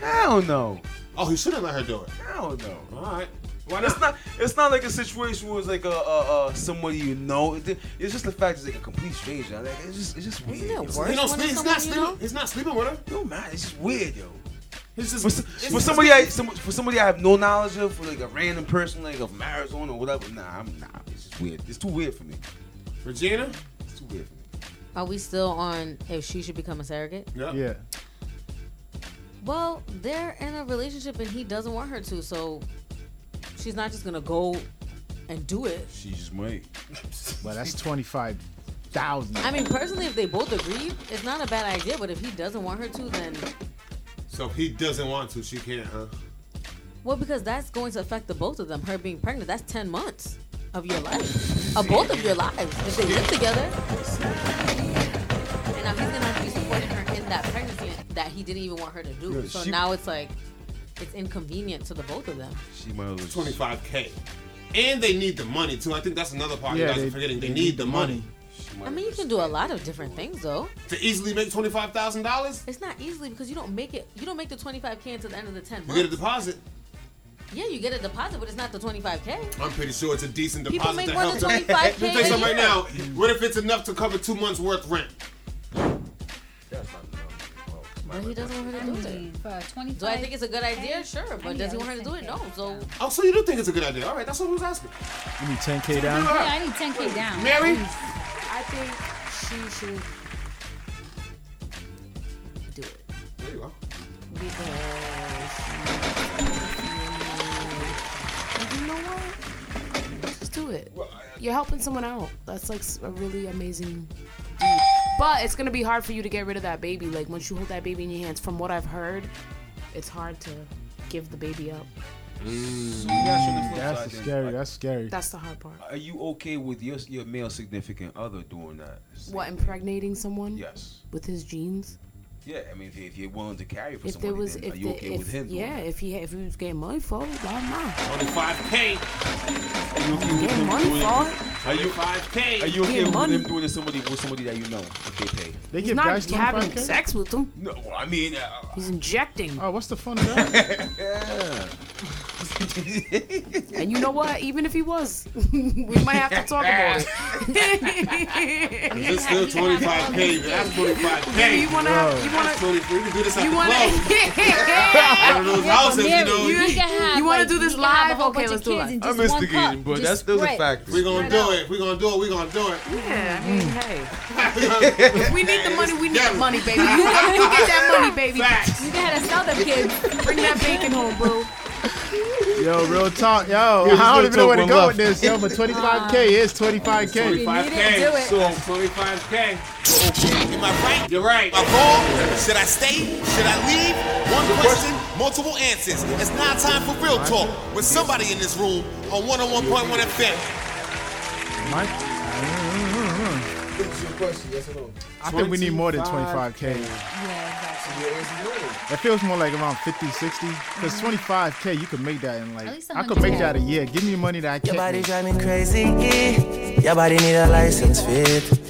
S21: Hell no.
S5: Oh, he shouldn't let her do it.
S21: Hell no.
S5: All right.
S21: It's not. It's not like a situation where it's like a, a, a somebody you know. It- It's just the fact it's like a complete stranger. Like it's just it's just weird. yo.
S5: He don't sleep. He's not sleeping. He's not sleeping with her.
S21: No man, it's just weird, yo.
S5: It's just
S21: for, s- for somebody I some, for somebody I have no knowledge of, for like a random person like of Arizona or whatever. Nah, I'm nah. It's just weird. It's too weird for me.
S5: Regina,
S21: it's too weird. For me.
S8: Are we still on if she should become a surrogate?
S6: Yeah.
S8: Well, they're in a relationship and he doesn't want her to, so she's not just gonna go and do it.
S21: She just might.
S6: But that's twenty five thousand.
S8: I mean, personally, if they both agree, it's not a bad idea. But if he doesn't want her to, then
S5: So if he doesn't want to, she can't, huh?
S8: well, because that's going to affect the both of them. Her being pregnant, that's ten months of your life, of both of your lives, if they live together. And now he's gonna have to be supporting her in that pregnancy that he didn't even want her to do.
S21: Yeah,
S8: so
S21: she-
S8: now it's like it's inconvenient to the both of them.
S21: She might as well.
S5: 25k. And they need the money too. I think that's another part
S21: Yeah,
S5: you guys
S21: they-
S5: are forgetting. They,
S21: they
S5: need,
S21: need
S5: the
S21: money.
S5: money.
S8: I mean, you can do a lot of different things though.
S5: to easily make twenty five thousand dollars.
S8: It's not easily because you don't make it. You don't make the twenty five k until the end of the ten
S5: You get a
S8: months.
S5: deposit.
S8: Yeah, you get a deposit, but it's not the twenty five k.
S5: I'm pretty sure it's a decent
S8: People
S5: deposit
S8: make
S5: to
S8: more than
S5: help. [LAUGHS]
S8: 25K
S5: Let me tell you something
S8: a
S5: right
S8: year.
S5: now. What if it's enough to cover two months worth rent?
S8: But he doesn't want her to do it. Do I
S9: 25
S8: think it's a good idea?
S9: K?
S8: Sure,
S9: I
S8: but
S9: mean,
S8: does he
S9: I
S8: want her to do it? No. So
S5: Oh, so you do think it's a good idea? All right, that's what I was asking.
S6: You need ten k down.
S9: Yeah, I need 10k down.
S5: Mary?
S17: I think she should
S8: do it.
S5: There you go.
S17: You know what? Just do it. You're helping someone out. That's like s- a really amazing. deed. But it's gonna be hard for you to get rid of that baby. Like once you hold that baby in your hands, from what I've heard, it's hard to give the baby up.
S6: That's scary. That's scary.
S17: That's the hard part.
S21: Are you okay with your your male significant other doing that?
S17: What impregnating someone?
S21: Yes.
S17: With his genes.
S21: Yeah, I mean, if, if you're willing to carry for
S17: If there
S21: somebody,
S17: was,
S21: then
S17: if
S21: are you
S17: the,
S21: okay
S17: if,
S21: with him?
S17: yeah, if he if he was getting money for it, why not?
S5: Twenty five k.
S21: Are you okay with
S17: Getting
S21: him
S17: money
S21: doing it?
S17: for
S21: Are you
S5: $25K?
S21: Are you okay
S17: Getting
S21: with
S17: money.
S21: him doing it somebody with somebody that you know if they pay?
S6: They
S17: He's
S6: give
S17: not
S6: guys
S17: having
S6: 25K?
S17: sex with them.
S21: No, I mean, uh, [LAUGHS]
S17: He's injecting.
S6: Oh, what's the fun of that?
S21: yeah.
S17: and you know what? Even if he was, [LAUGHS] we might have to talk about it.
S5: It's still 25K, man. That's 25K.
S17: [LAUGHS] You wanna have- you wanna-
S5: That's 20 we can do this at
S17: You
S5: the
S17: want
S5: club.
S17: [LAUGHS] to?
S5: One of those houses, you know.
S17: You want to do this live? Okay, let's do it.
S5: I'm instigating, but that's still a fact. We're gonna do it. We're gonna do it. We're gonna do it.
S17: Yeah, I mean, [LAUGHS] hey. If we need the money, we need the money, baby. You, you get that money, baby. You gotta sell them kids. Bring that bacon home, [LAUGHS] bro.
S6: [LAUGHS] Yo, real talk, yo.
S5: there's
S6: I don't
S5: no
S6: even know where to
S5: talk
S6: go
S5: left.
S6: with this, yo. But 25k is 25k.
S5: 25K. So 25K. Okay. Am I right? You're right. Am I wrong?
S11: Should I stay? Should I leave? One question, multiple answers. It's now time for real talk with somebody in this room on 101.1 FM.
S6: Mike? I
S10: It's your question, yes or no?
S6: think we need more than 25k. It feels more like around 50, 60. Because 25k, you could make that in like I could make that a year. Give me money that I can't.
S7: Your body drive me crazy. Your body need a license fit.